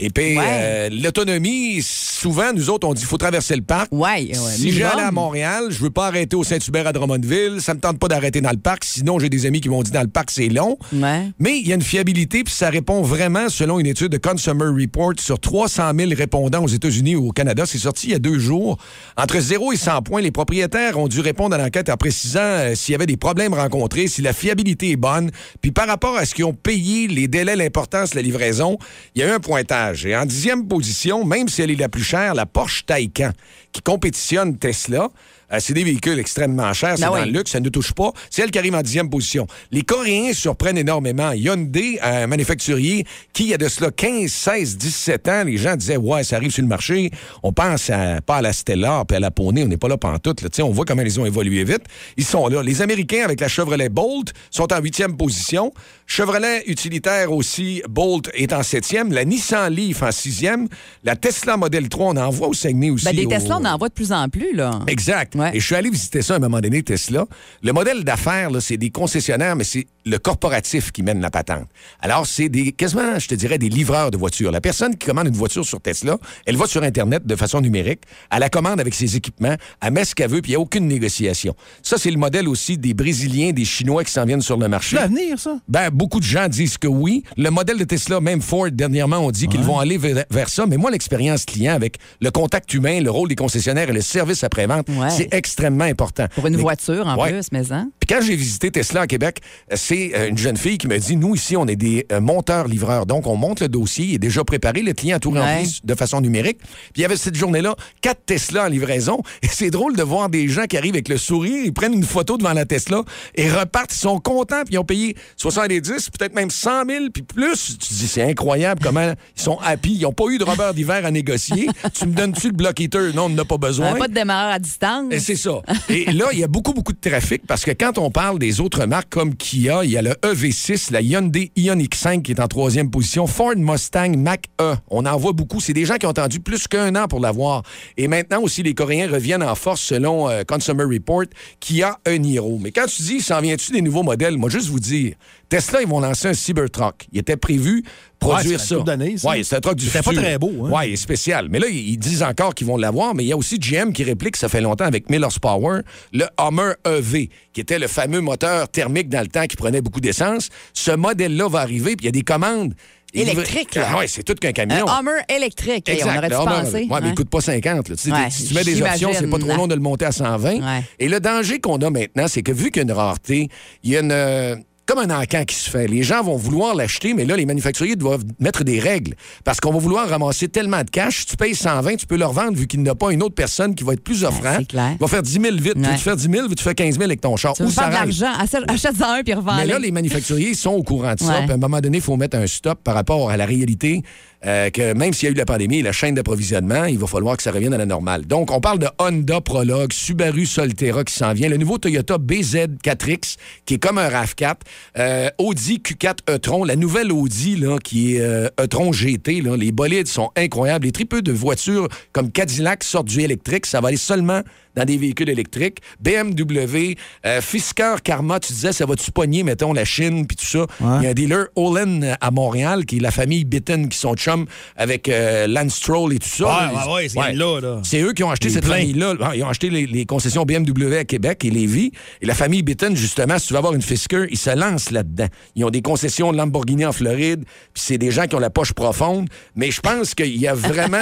Speaker 3: Et puis,
Speaker 4: Ouais.
Speaker 3: euh, l'autonomie, souvent, nous autres, on dit faut traverser le parc.
Speaker 4: Ouais, ouais,
Speaker 3: Si
Speaker 4: minimum.
Speaker 3: j'allais à Montréal, je veux pas arrêter au Saint-Hubert à Drummondville, ça me tente pas d'arrêter dans le parc, sinon j'ai des amis qui m'ont dit dans le parc c'est long.
Speaker 4: Ouais.
Speaker 3: Mais il y a une fiabilité, puis ça répond vraiment, selon une étude de Consumer Report, sur 300 000 répondants aux États-Unis ou au Canada. C'est sorti il y a deux jours. Entre 0 et 100 points, les propriétaires ont dû répondre à l'enquête en précisant euh, s'il y avait des problèmes rencontrés, si la fiabilité est bonne. Puis par rapport à ce qu'ils ont payé, les délais, l'importance de la livraison, il y a eu un pointage. Et en dixième position, même si elle est la plus chère, la Porsche Taycan, qui compétitionne Tesla, euh, c'est des véhicules extrêmement chers, c'est
Speaker 4: Ah
Speaker 3: dans
Speaker 4: oui.
Speaker 3: le luxe, ça ne nous touche pas. C'est elle qui arrive en dixième position. Les Coréens surprennent énormément. Hyundai, un manufacturier qui, il y a de cela 15, 16, 17 ans, les gens disaient, ouais, ça arrive sur le marché. On pense à, pas à la Stellar puis à la Poney, on n'est pas là pantoute. Là. Tu sais, On voit comment ils ont évolué vite. Ils sont là. Les Américains, avec la Chevrolet Bolt, sont en huitième position. Chevrolet utilitaire aussi, Bolt est en septième. La Nissan Leaf en sixième. La Tesla Model 3, on en voit au Saguenay aussi.
Speaker 4: Ben, des
Speaker 3: au-
Speaker 4: Tesla, on en voit de plus en plus, là.
Speaker 3: Exact.
Speaker 4: Ouais.
Speaker 3: Et je suis allé visiter ça à un moment donné, Tesla. Le modèle d'affaires, là, c'est des concessionnaires, mais c'est le corporatif qui mène la patente. Alors, c'est des, quasiment, je te dirais, des livreurs de voitures. La personne qui commande une voiture sur Tesla, elle va sur Internet de façon numérique, elle la commande avec ses équipements, elle met ce qu'elle veut, puis il n'y a aucune négociation. Ça, c'est le modèle aussi des Brésiliens, des Chinois qui s'en viennent sur le marché.
Speaker 5: L'avenir, ça.
Speaker 3: Ben, beaucoup de gens disent que oui. Le modèle de Tesla, même Ford, dernièrement, on dit qu'ils vont aller vers, vers ça. Mais moi, l'expérience client avec le contact humain, le rôle des concessionnaires et le service après-vente,
Speaker 4: Ouais.
Speaker 3: c'est extrêmement important.
Speaker 4: Pour une
Speaker 3: Mais-
Speaker 4: voiture, en
Speaker 3: Ouais.
Speaker 4: plus, mais hein?
Speaker 3: Puis quand j'ai visité Tesla à Québec, euh, c'est euh, une jeune fille qui me dit Nous, ici, on est des euh, monteurs-livreurs. Donc, on monte le dossier, il est déjà préparé, le client a tout rempli
Speaker 4: Ouais.
Speaker 3: de façon numérique. Puis il y avait cette journée-là, quatre Tesla en livraison. Et c'est drôle de voir des gens qui arrivent avec le sourire, ils prennent une photo devant la Tesla et repartent. Ils sont contents, puis ils ont payé 70, peut-être même 100 000, puis plus. Tu te dis C'est incroyable comment ils sont happy. Ils n'ont pas eu de Robert d'hiver à négocier. tu me donnes-tu le bloc heater Non, on n'en a pas besoin.
Speaker 4: Euh, Pas de démarreur à distance.
Speaker 3: Et c'est ça. Et là, il y a beaucoup, beaucoup de trafic parce que quand on parle des autres marques comme Kia, il y a le EV6, la Hyundai Ioniq 5 qui est en troisième position, Ford Mustang Mach-E. On en voit beaucoup. C'est des gens qui ont attendu plus qu'un an pour l'avoir. Et maintenant aussi, les Coréens reviennent en force selon euh, Consumer Report, Kia, un Niro. Mais quand tu dis, s'en vient-tu des nouveaux modèles? Moi, juste vous dire, Tesla, ils vont lancer un Cybertruck. Il était prévu produire
Speaker 5: c'est
Speaker 3: ça.
Speaker 5: une couple d'années, ça.
Speaker 3: Ouais, c'est un truc du
Speaker 5: C'était pas
Speaker 3: futur.
Speaker 5: très beau, hein?
Speaker 3: Ouais, il est spécial. Mais là, ils ils disent encore qu'ils vont l'avoir, mais il y a aussi GM qui réplique, ça fait longtemps avec Miller's Power, le Hummer EV, qui était le fameux moteur thermique dans le temps qui prenait beaucoup d'essence. Ce modèle-là va arriver, puis il y a des commandes.
Speaker 4: Électrique, là. Euh,
Speaker 3: Oui, c'est tout qu'un
Speaker 4: Un
Speaker 3: camion.
Speaker 4: Hummer électrique,
Speaker 3: Exact,
Speaker 4: on aurait
Speaker 3: le
Speaker 4: dû hein?
Speaker 3: Hummer
Speaker 4: penser.
Speaker 3: EV. Ouais, mais il coûte pas 50. là. Tu sais,
Speaker 4: Ouais,
Speaker 3: si tu mets des options, c'est pas trop
Speaker 4: j'imagine.
Speaker 3: long de le monter à 120.
Speaker 4: Ouais.
Speaker 3: Et le danger qu'on a maintenant, c'est que vu qu'il y a une rareté, il y a une. euh, Comme un encan qui se fait. Les gens vont vouloir l'acheter, mais là, les manufacturiers doivent mettre des règles. Parce qu'on va vouloir ramasser tellement de cash, tu payes 120, tu peux le revendre vu qu'il n'y a pas une autre personne qui va être plus offrant.
Speaker 4: c'est clair.
Speaker 3: Il va faire 10 000 vite.
Speaker 4: Ouais.
Speaker 3: Tu fais 10 000, tu fais 15 000 avec ton char.
Speaker 4: Tu veux
Speaker 3: Ou ça
Speaker 4: faire de
Speaker 3: règle.
Speaker 4: l'argent, achète- achète-en un puis revends
Speaker 3: Mais là, les manufacturiers ils sont au courant de ça.
Speaker 4: Ouais.
Speaker 3: Puis à un moment donné, il faut mettre un stop par rapport à la réalité euh, que même s'il y a eu la pandémie et la chaîne d'approvisionnement, il va falloir que ça revienne à la normale. Donc, on parle de Honda Prologue, Subaru Solterra qui s'en vient, le nouveau Toyota BZ4X qui est comme un RAV4, euh, Audi Q4 e-tron, la nouvelle Audi là, qui est euh, e-tron GT. là. les bolides sont incroyables. Les très peu de voitures comme Cadillac sortent du électrique. Ça va aller seulement dans des véhicules électriques. BMW, euh, Fisker, Karma, tu disais, ça va-tu euh, pogner, mettons, la Chine, puis tout ça. Il y a un dealer, Olin, à Montréal, qui est la famille Bitten, qui sont chum avec euh, Lance Stroll et tout ça.
Speaker 5: Ouais,
Speaker 3: là,
Speaker 5: ouais, ouais,
Speaker 3: ils-
Speaker 5: ces gangs-là, là.
Speaker 3: C'est eux qui ont acheté
Speaker 5: Les
Speaker 3: cette
Speaker 5: pleins.
Speaker 3: famille-là. Ah, Ils ont acheté les, les concessions BMW à Québec et Lévis. Et la famille Bitton, justement, si tu veux avoir une fisqueur, ils se lancent là-dedans. Ils ont des concessions de Lamborghini en Floride. Puis c'est des gens qui ont la poche profonde. Mais je pense qu'il y a vraiment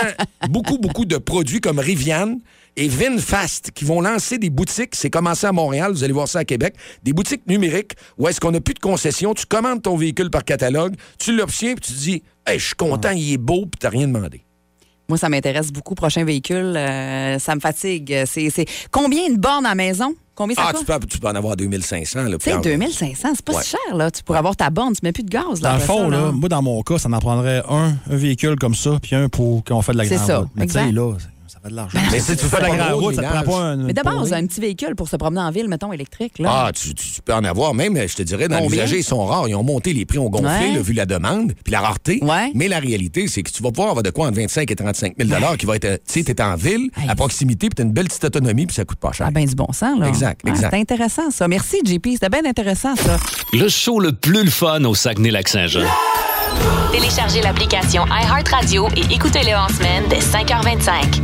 Speaker 3: beaucoup, beaucoup de produits comme Rivian et VinFast qui vont lancer des boutiques. C'est commencé à Montréal, vous allez voir ça à Québec. Des boutiques numériques où est-ce qu'on n'a plus de concessions. Tu commandes ton véhicule par catalogue, tu l'obtiens, puis tu dis Hey, je suis content, il est beau, puis t'as rien demandé.
Speaker 4: Moi, ça m'intéresse beaucoup. Prochain véhicule, euh, ça me fatigue. C'est c'est- Combien une borne à la maison? Combien ça
Speaker 3: Ah,
Speaker 4: coûte?
Speaker 3: tu peux, tu peux en avoir 2500. là,
Speaker 4: Tu
Speaker 3: puis
Speaker 4: sais,
Speaker 3: en-
Speaker 4: 2500, c'est pas
Speaker 3: Ouais.
Speaker 4: si cher, là. Tu pourrais avoir ta borne, tu mets plus de gaz, là.
Speaker 5: Dans le
Speaker 4: après
Speaker 5: fond,
Speaker 4: ça,
Speaker 3: euh,
Speaker 5: là, moi, dans mon cas, ça en prendrait un, un véhicule comme ça, puis un pour quand on fait de la
Speaker 4: C'est
Speaker 5: grande
Speaker 4: ça,
Speaker 5: route. Mais tu sais,
Speaker 4: exact.
Speaker 5: là, ça fait de l'argent.
Speaker 3: Mais si tu fais
Speaker 5: de
Speaker 3: pas
Speaker 5: la grande
Speaker 3: gros
Speaker 5: route, ça te prend
Speaker 3: ménage.
Speaker 5: pas un.
Speaker 4: Mais de base,
Speaker 5: un.
Speaker 4: un petit véhicule pour se promener en ville, mettons, électrique, là.
Speaker 3: Ah, tu, tu- tu peux en avoir même, euh, je te dirais, dans
Speaker 4: Combien?
Speaker 3: l'usager, ils sont rares. Ils ont monté, les prix ont gonflé,
Speaker 4: Ouais.
Speaker 3: là, vu la demande, puis la rareté.
Speaker 4: Ouais.
Speaker 3: Mais la réalité, c'est que tu vas pouvoir avoir de quoi entre 25 et 35 000 dollars qui va être, euh, tu sais, t'es en ville, à proximité, puis t'as une belle petite autonomie, puis ça coûte pas cher.
Speaker 4: Ah, ben du bon sens, là.
Speaker 3: Exact,
Speaker 4: Ouais,
Speaker 3: exact.
Speaker 4: C'est intéressant, ça. Merci, JP. C'était bien intéressant, ça.
Speaker 2: Le show le plus le fun au Saguenay-Lac-Saint-Jean.
Speaker 1: Téléchargez l'application iHeartRadio et écoutez-le en semaine dès 5h25.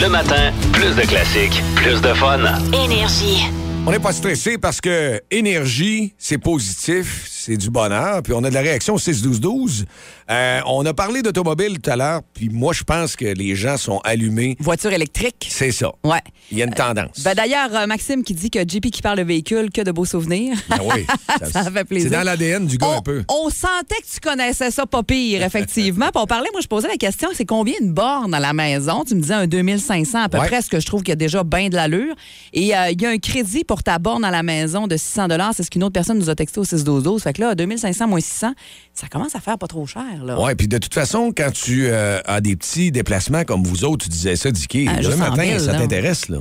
Speaker 2: Le matin, plus de classiques, plus de fun.
Speaker 1: Énergie.
Speaker 3: On n'est pas stressé parce que énergie, c'est positif, c'est du bonheur. Puis on a de la réaction au 6-12-12. Euh, on a parlé d'automobile tout à l'heure, puis moi, je pense que les gens sont allumés.
Speaker 4: Voiture électrique.
Speaker 3: C'est ça.
Speaker 4: Ouais.
Speaker 3: Il y a une tendance.
Speaker 4: Ben d'ailleurs, euh, Maxime qui dit que JP qui parle le véhicule, que de beaux souvenirs.
Speaker 3: Ah oui,
Speaker 4: Ça fait plaisir. Oh,
Speaker 3: C'est dans l'ADN du gars
Speaker 4: on,
Speaker 3: un peu.
Speaker 4: on sentait que tu connaissais ça pas pire, effectivement. Puis on parlait, moi, je posais la question, c'est combien une borne à la maison? Tu me disais un 2500 à peu
Speaker 3: Ouais.
Speaker 4: près, ce que je trouve qu'il y a déjà bien de l'allure. Et euh, il y a un crédit pour ta borne à la maison de 600 C'est ce qu'une autre personne nous a texté au 612 Fait que là, 2500 moins 600, ça commence à faire pas trop cher, là.
Speaker 3: Oui, puis de toute façon, quand tu euh, as des petits déplacements comme vous autres, tu disais ça, Dicky,
Speaker 4: Ah,
Speaker 3: le
Speaker 4: juste en
Speaker 3: matin,
Speaker 4: ville,
Speaker 3: ça
Speaker 4: là.
Speaker 3: t'intéresse, là.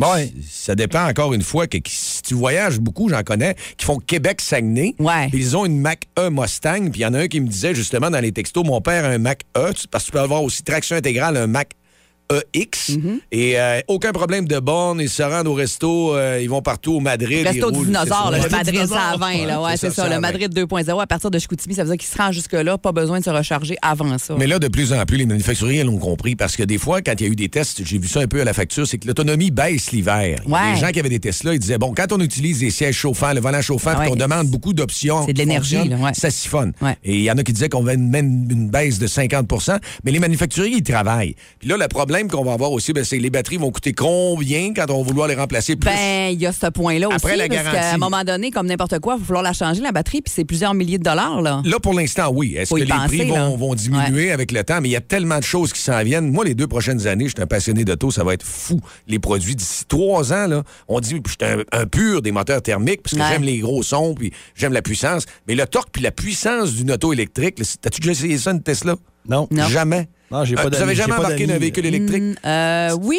Speaker 3: C- Ça dépend encore une fois que, que si tu voyages beaucoup, j'en connais, qui font Québec-Saguenay.
Speaker 4: Ouais.
Speaker 3: puis Ils ont une Mac E Mustang. Puis il y en a un qui me disait justement dans les textos, mon père a un Mac E, tu- parce que tu peux avoir aussi traction intégrale, un Mac EX.
Speaker 4: Mm-hmm.
Speaker 3: Et euh, aucun problème de borne. Ils se rendent au resto, euh, ils vont partout au Madrid. ils
Speaker 4: Resto du
Speaker 3: roulent,
Speaker 4: dinosaure,
Speaker 3: c'est
Speaker 4: là,
Speaker 3: ça.
Speaker 4: le Madrid 120, là, ouais, c'est ça, le
Speaker 3: 120.
Speaker 4: Madrid 2.0 à partir de Chicoutimi, ça veut dire qu'il se rend jusque-là, pas besoin de se recharger avant ça.
Speaker 3: Mais là, de plus en plus, les manufacturiers l'ont compris parce que des fois, quand il y a eu des tests, j'ai vu ça un peu à la facture, c'est que l'autonomie baisse l'hiver. Il y a
Speaker 4: Ouais.
Speaker 3: Les gens qui avaient des Tesla, ils disaient bon, quand on utilise des sièges chauffants, le volant chauffant, puis
Speaker 4: Ouais.
Speaker 3: qu'on demande beaucoup d'options,
Speaker 4: C'est de
Speaker 3: qui
Speaker 4: l'énergie,
Speaker 3: fonctionnent,
Speaker 4: là, ouais.
Speaker 3: ça siphonne.
Speaker 4: Ouais.
Speaker 3: Et il y en a qui disaient qu'on va même une baisse de 50 mais les manufacturiers, ils travaillent. Puis là, le problème qu'on va avoir aussi, ben, c'est que les batteries vont coûter combien quand on va vouloir les remplacer plus?
Speaker 4: Ben, il y a ce point-là aussi.
Speaker 3: Après la
Speaker 4: parce qu'à
Speaker 3: garantie.
Speaker 4: un moment donné, comme n'importe quoi, il va falloir la changer, la batterie, puis c'est plusieurs milliers de dollars, là.
Speaker 3: Là, pour l'instant, oui. Est-ce
Speaker 4: Faut
Speaker 3: que
Speaker 4: y
Speaker 3: les
Speaker 4: penser,
Speaker 3: prix
Speaker 4: là.
Speaker 3: vont, vont diminuer avec le temps? Mais il y a tellement de choses qui s'en viennent. Moi, les deux prochaines années, je suis un passionné d'auto, ça va être fou. Les produits d'ici trois ans, là, on dit je suis un, un pur des moteurs thermiques parce que
Speaker 4: Ouais.
Speaker 3: j'aime les gros sons puis j'aime la puissance. Mais le torque puis la puissance d'une auto électrique, là, c'est- t'as-tu déjà essayé ça, une Tesla?
Speaker 5: Non.
Speaker 4: Non.
Speaker 3: Jamais.
Speaker 5: Non, j'ai
Speaker 3: Euh,
Speaker 5: pas
Speaker 3: Vous
Speaker 5: d'amis,
Speaker 3: avez
Speaker 5: j'ai
Speaker 3: jamais
Speaker 5: pas
Speaker 3: embarqué
Speaker 5: d'amis.
Speaker 3: d'un véhicule électrique?
Speaker 4: Euh, oui,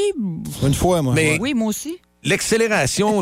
Speaker 5: Une fois, moi.
Speaker 3: Mais-
Speaker 4: oui, moi aussi.
Speaker 3: L'accélération,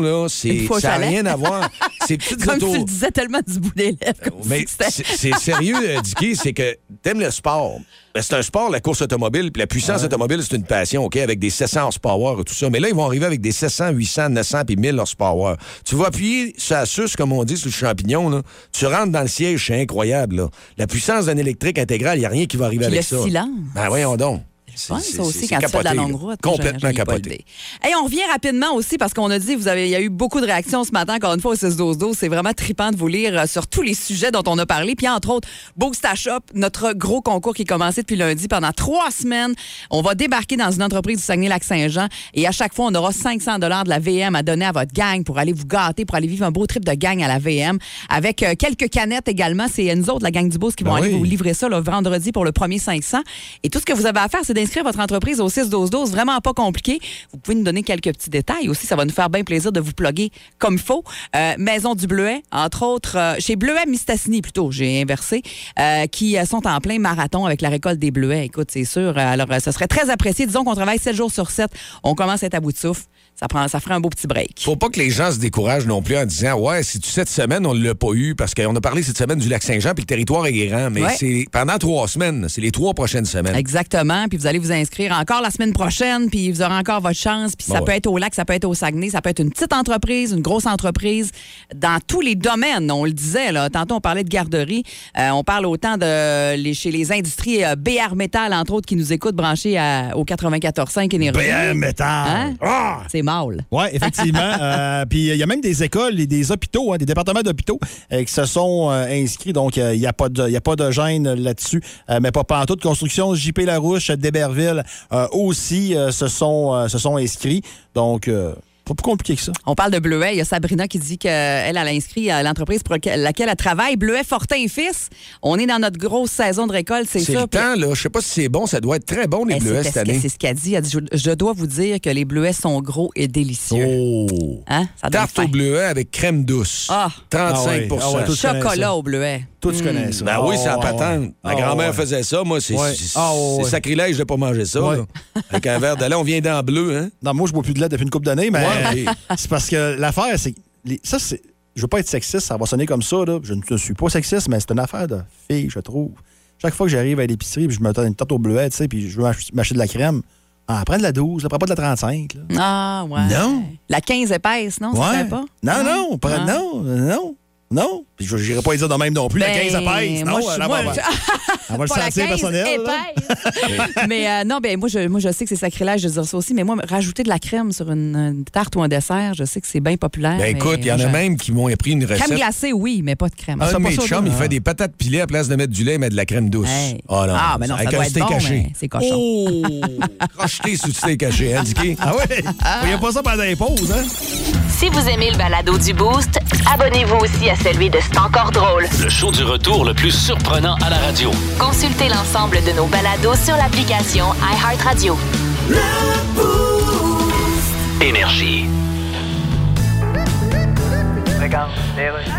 Speaker 3: là, c'est,
Speaker 4: Une fois au
Speaker 3: ça n'a
Speaker 4: chalet.
Speaker 3: rien à voir. Ces petites
Speaker 4: Comme
Speaker 3: autos.
Speaker 4: tu le disais tellement du bout des lèvres. comme
Speaker 3: Mais
Speaker 4: si c'était-
Speaker 3: c'est c'est sérieux, euh, Dicky, c'est que t'aimes le sport. Ben, c'est un sport, la course automobile, puis la puissance automobile, c'est une passion, OK, avec des 700 horsepower et tout ça. Mais là, ils vont arriver avec des 700, 800, 900 puis 1000 horsepower. Tu vas appuyer sur la suce, comme on dit, sur le champignon, là. Tu rentres dans le siège, c'est incroyable, là. La puissance d'un électrique intégral, il n'y a rien qui va arriver
Speaker 4: Puis
Speaker 3: avec
Speaker 4: le
Speaker 3: ça.
Speaker 4: silence.
Speaker 3: Ben voyons donc.
Speaker 4: C'est fun,
Speaker 3: C'est-
Speaker 4: ça aussi,
Speaker 3: c'est
Speaker 4: quand tu fais de la
Speaker 3: capoté,
Speaker 4: longue
Speaker 3: là.
Speaker 4: route. J'ai-
Speaker 3: Complètement
Speaker 4: j'ai pas
Speaker 3: capoté.
Speaker 4: idée. Hey, on revient rapidement aussi parce qu'on a dit, vous avez, il y a eu beaucoup de réactions ce matin, encore une fois, au 6-12-12. C'est vraiment tripant de vous lire euh, sur tous les sujets dont on a parlé. Puis, entre autres, Boost à Shop, notre gros concours qui est commencé depuis lundi pendant trois semaines. On va débarquer dans une entreprise du Saguenay-Lac-Saint-Jean et à chaque fois, on aura 500 de la VM à donner à votre gang pour aller vous gâter, pour aller vivre un beau trip de gang à la VM avec euh, quelques canettes également. C'est nous autres, la gang du Boost, qui
Speaker 3: Ben
Speaker 4: vont aller
Speaker 3: oui.
Speaker 4: vous livrer ça le vendredi pour le premier 500. Et tout ce que vous avez à faire, c'est d'inscrire votre entreprise au 6-12-12. Vraiment pas compliqué. Vous pouvez nous donner quelques petits détails aussi. Ça va nous faire bien plaisir de vous plugger comme il faut. Euh, Maison du Bleuet, entre autres, euh, chez Bleuet Mistassini plutôt, j'ai inversé, euh, qui euh, sont en plein marathon avec la récolte des Bleuets. Écoute, c'est sûr. euh, Alors, euh, ce serait très apprécié. Disons qu'on travaille 7 jours sur 7. On commence à être à bout de souffle. Ça, prend, ça ferait un beau petit break.
Speaker 3: Faut pas que les gens se découragent non plus en disant Ouais, si tu cette semaine, on l'a pas eu parce qu'on a parlé cette semaine du lac Saint-Jean puis le territoire est grand, mais
Speaker 4: Ouais.
Speaker 3: c'est pendant trois semaines, c'est les trois prochaines semaines.
Speaker 4: Exactement. Puis vous allez vous inscrire encore la semaine prochaine, puis vous aurez encore votre chance. Puis
Speaker 3: Bon,
Speaker 4: ça peut
Speaker 3: ouais.
Speaker 4: être au lac, ça peut être au Saguenay, ça peut être une petite entreprise, une grosse entreprise, dans tous les domaines. On le disait, là. Tantôt, on parlait de garderie. Euh, on parle autant de les, chez les industries euh, BR Metal, entre autres, qui nous écoutent branchés à- au 94.5 Énergie.
Speaker 5: BR Metal.
Speaker 4: Hein? C'est mal.
Speaker 5: Oui, effectivement. Euh, Puis il y a même des écoles et des hôpitaux, hein, des départements d'hôpitaux euh, qui se sont euh, inscrits. Donc, euh, il n'y a, pas de- il y a pas de gêne là-dessus. Euh, mais pas partout. De construction, JP Larouche, d'Héberville euh, aussi euh, se, sont, euh, se sont inscrits. Donc, euh, pas plus compliqué que ça.
Speaker 4: On parle de Bleuet. Il y a Sabrina qui dit qu'elle, elle a inscrit à l'entreprise pour laquelle- laquelle elle travaille, Bleuet Fortin Fils. On est dans notre grosse saison de récolte, c'est
Speaker 3: C'est
Speaker 4: ça.
Speaker 3: le
Speaker 4: Puis-
Speaker 3: temps, là. Je sais pas si c'est bon, ça doit être très bon, les
Speaker 4: Eh,
Speaker 3: bleuets
Speaker 4: c'est
Speaker 3: cette
Speaker 4: parce que
Speaker 3: année.
Speaker 4: C'est ce qu'elle dit. Elle dit, je, je dois vous dire que les bleuets sont gros et délicieux.
Speaker 3: Oh!
Speaker 4: Hein? Ça donne
Speaker 3: Tarte
Speaker 4: faim.
Speaker 3: au bleuet avec crème douce.
Speaker 4: Ah!
Speaker 3: 35
Speaker 5: Ah ouais, tout ça.
Speaker 4: Chocolat au bleuet.
Speaker 5: Toi, tu connais ça.
Speaker 3: Ben oui, c'est la
Speaker 5: Oh, ouais.
Speaker 3: patente. Ma
Speaker 5: Oh,
Speaker 3: grand-mère
Speaker 5: ouais.
Speaker 3: faisait ça. Moi, c'est
Speaker 5: Ouais.
Speaker 3: c'est-
Speaker 5: Ah, ouais,
Speaker 3: c'est
Speaker 5: ouais.
Speaker 3: sacrilège de pas manger ça.
Speaker 5: Ouais.
Speaker 3: là. Avec un verre de lait, on vient dans bleu, hein?
Speaker 4: Ah,
Speaker 5: Non, moi, je bois plus de lait depuis une couple d'années, mais
Speaker 3: Ouais, ok.
Speaker 5: c'est parce que l'affaire, c'est. les- Ça, c'est. Je veux pas être sexiste, ça va sonner comme ça, là. Je ne suis pas sexiste, mais c'est une affaire de fille, je trouve. Chaque fois que j'arrive à l'épicerie, puis je me donne une tarte au bleuet, tu sais, puis je veux m'ach- m'acheter de la crème, ah, prends de la 12, là, prends pas de la 35, là.
Speaker 4: Ah, ouais.
Speaker 5: Non.
Speaker 4: La 15 épaisse, non? Ça
Speaker 5: Ouais.
Speaker 4: fait pas?
Speaker 5: Non, non, prends-
Speaker 4: Ah.
Speaker 5: non, non, non. Puis je n'irai pas dire de même non plus, la
Speaker 4: Ben,
Speaker 5: 15 épaisse, non,
Speaker 4: moi, je suis-
Speaker 5: elle
Speaker 4: moi,
Speaker 5: va-
Speaker 4: je-
Speaker 5: elle va le
Speaker 4: Pas la
Speaker 5: sentir
Speaker 4: 15
Speaker 5: personnel. là.
Speaker 4: épaisse. mais euh, non, ben, moi je, moi, je sais que c'est sacrilège de dire ça aussi, mais moi, rajouter de la crème sur une, une tarte ou un dessert, je sais que c'est bien populaire.
Speaker 3: Ben
Speaker 4: mais
Speaker 3: écoute, il y en a
Speaker 4: moi,
Speaker 3: même qui m'ont pris une
Speaker 4: je- Crème
Speaker 3: recette.
Speaker 4: glacée, oui, mais pas Ah, de crème.
Speaker 3: Un de
Speaker 5: pas
Speaker 3: mes
Speaker 5: ça,
Speaker 3: chums, il
Speaker 5: non.
Speaker 3: fait des patates pilées à place de mettre du lait, il met de la crème douce.
Speaker 4: Hey.
Speaker 3: Ah non,
Speaker 4: Ah, ben non, ça
Speaker 3: avec
Speaker 4: doit
Speaker 3: un
Speaker 4: être
Speaker 3: steak
Speaker 4: bon,
Speaker 3: haché.
Speaker 4: mais c'est cochon.
Speaker 3: Oh! Crocheté sous steak haché, hein, Dicky?
Speaker 5: Ah ouais? Il n'y a pas ça pendant
Speaker 4: Oh.
Speaker 5: les pauses, hein?
Speaker 1: Si vous aimez le balado du Boost, abonnez-vous aussi à celui de C'est encore drôle.
Speaker 2: Le show du retour le plus surprenant à la radio.
Speaker 1: Consultez l'ensemble de nos balados sur l'application iHeartRadio.
Speaker 2: Énergie.
Speaker 7: Regarde, les rues.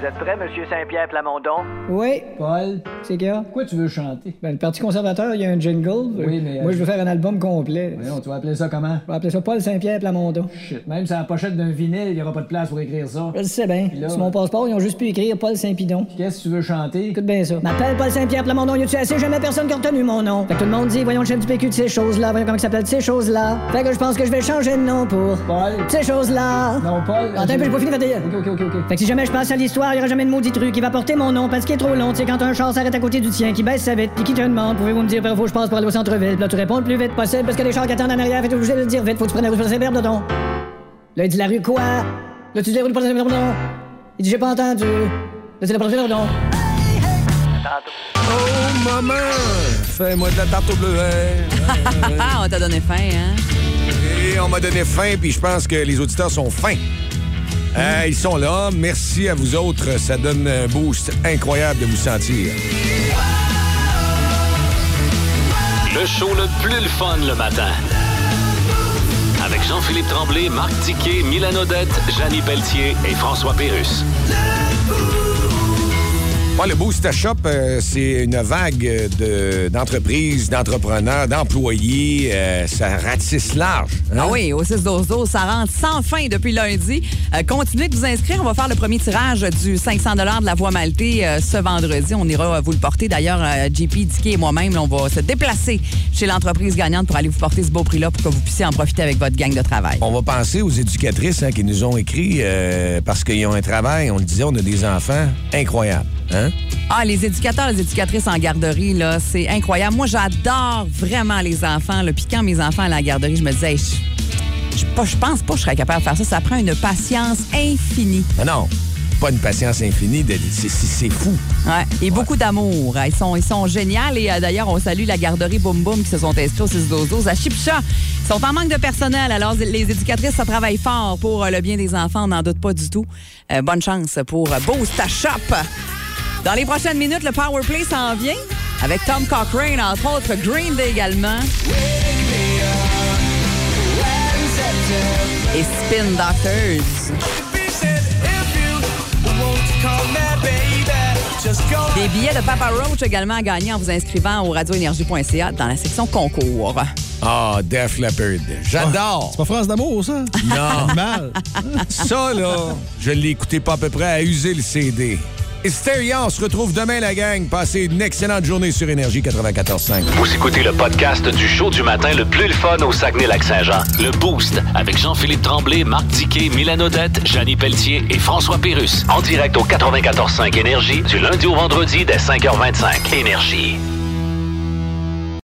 Speaker 7: Vous êtes prêts, Monsieur Saint-Pierre Plamondon?
Speaker 8: Oui,
Speaker 6: Paul,
Speaker 8: c'est qu'il y a?
Speaker 6: pourquoi tu veux chanter?
Speaker 8: Ben, le Parti conservateur, il y a un jingle.
Speaker 6: Oui, mais, euh,
Speaker 8: Moi, je veux faire un album complet.
Speaker 6: Voyons, tu vas appeler ça comment?
Speaker 8: On va appeler ça Paul Saint-Pierre Plamondon.
Speaker 6: Shit, Même sur la pochette d'un vinyle, il n'y aura pas de place pour écrire ça.
Speaker 8: Je le sais bien.
Speaker 6: là,
Speaker 8: Sur mon
Speaker 6: ouais.
Speaker 8: passeport, ils ont juste pu écrire Paul Saint-Pidon.
Speaker 6: Qu'est-ce que tu veux chanter?
Speaker 8: Écoute bien ça. M'appelle Paul Saint-Pierre Plamondon, y a-tu assez? Jamais personne qui a retenu mon nom. Fait que tout le monde dit, voyons le chef du PQ de ces choses-là, voyons comment il s'appelle de ces choses-là. Fait que je pense que je vais changer de nom pour
Speaker 6: Paul?
Speaker 8: ces choses-là.
Speaker 6: Non, Paul?
Speaker 8: Attends un peu, j'ai pas fini, fait
Speaker 6: Ok, ok, ok, ok.
Speaker 8: Fait que si jamais je passe à l'histoire, il y aura jamais de maudit truc qui va porter mon nom parce qu'il est trop long. Tu sais, quand un char s'arrête à côté du tien, qui baisse sa vite, puis qui te demande, pouvez-vous me dire par où faut que je passe pour aller au centre-ville? Puis Là, tu réponds le plus vite possible parce que les chars qui attendent en arrière, fait que t'es obligé de le dire vite, faut que tu prennes la rue sur Saint-Pierre dedans. Là, il dit la rue quoi? Là, tu dis la rue de Saint-Pierre dedans. Il dit, j'ai pas entendu. Là, c'est la prochaine dedans.
Speaker 3: Oh, maman! Fais-moi de la tarte au bleuet. Oh.
Speaker 4: Ah, on t'a donné faim, hein?
Speaker 3: Et on m'a donné faim, puis je pense que les auditeurs sont fins.
Speaker 4: Hmm.
Speaker 3: Euh, ils sont là. Merci à vous autres. Ça donne un boost incroyable de vous sentir.
Speaker 2: Le show le plus le fun le matin. Avec Jean-Philippe Tremblay, Marc Tiquet, Milan Odette, Janine Pelletier et François Pérus.
Speaker 3: Ouais, le Boost Shop, euh, c'est une vague de- d'entreprises, d'entrepreneurs, d'employés. euh, ça ratisse large. hein?
Speaker 4: Ah oui, au 6 12 12, ça rentre sans fin depuis lundi. Euh, continuez de vous inscrire. On va faire le premier tirage du 500 de la Voie Maltée euh, ce vendredi. On ira euh, vous le porter. D'ailleurs, euh, JP, Dicky et moi-même, là, on va se déplacer chez l'entreprise gagnante pour aller vous porter ce beau prix-là pour que vous puissiez en profiter avec votre gang de travail.
Speaker 3: On va penser aux éducatrices hein, qui nous ont écrit euh, parce qu'ils ont un travail, on le disait, on a des enfants incroyables. Hein?
Speaker 4: Ah, les éducateurs, les éducatrices en garderie, là, c'est incroyable. Moi, j'adore vraiment les enfants. Là. Puis quand mes enfants allaient à la garderie, je me disais, Hey, je, je, pas- je pense pas que je serais capable de faire ça. Ça prend une patience infinie.
Speaker 3: Ah non, pas une patience infinie, Denis. C'est- c'est c'est fou.
Speaker 4: Ouais, et beaucoup d'amour. Ils sont, ils sont géniaux. Et euh, d'ailleurs, on salue la garderie Boum Boum qui se sont inscrits au 6 12 à Chipcha. Ils sont en manque de personnel. Alors, les éducatrices, ça travaille fort pour euh, le bien des enfants. On n'en doute pas du tout. Euh, bonne chance pour euh, Boost à Shop. Dans les prochaines minutes, le Power Play s'en vient avec Tom Cochrane, entre autres, Green Day également. Et Spin Doctors. Des billets de Papa Roach également à gagner en vous inscrivant au radioénergie.ca dans la section concours.
Speaker 3: Ah, Def Leppard. J'adore.
Speaker 5: C'est pas France d'amour, ça?
Speaker 3: Non.
Speaker 5: Mal.
Speaker 3: Ça, là, je l'ai écouté pas à peu près à user le CD. Hysteria, on se retrouve demain, la gang. Passez une excellente journée sur Énergie 94.5.
Speaker 2: Vous écoutez le podcast du show du matin le plus le fun au Saguenay-Lac-Saint-Jean. Le Boost avec Jean-Philippe Tremblay, Marc Diquet, Milan Odette, Janine Pelletier et François Pérus. En direct au 94.5 Énergie du lundi au vendredi dès 5h25. Énergie.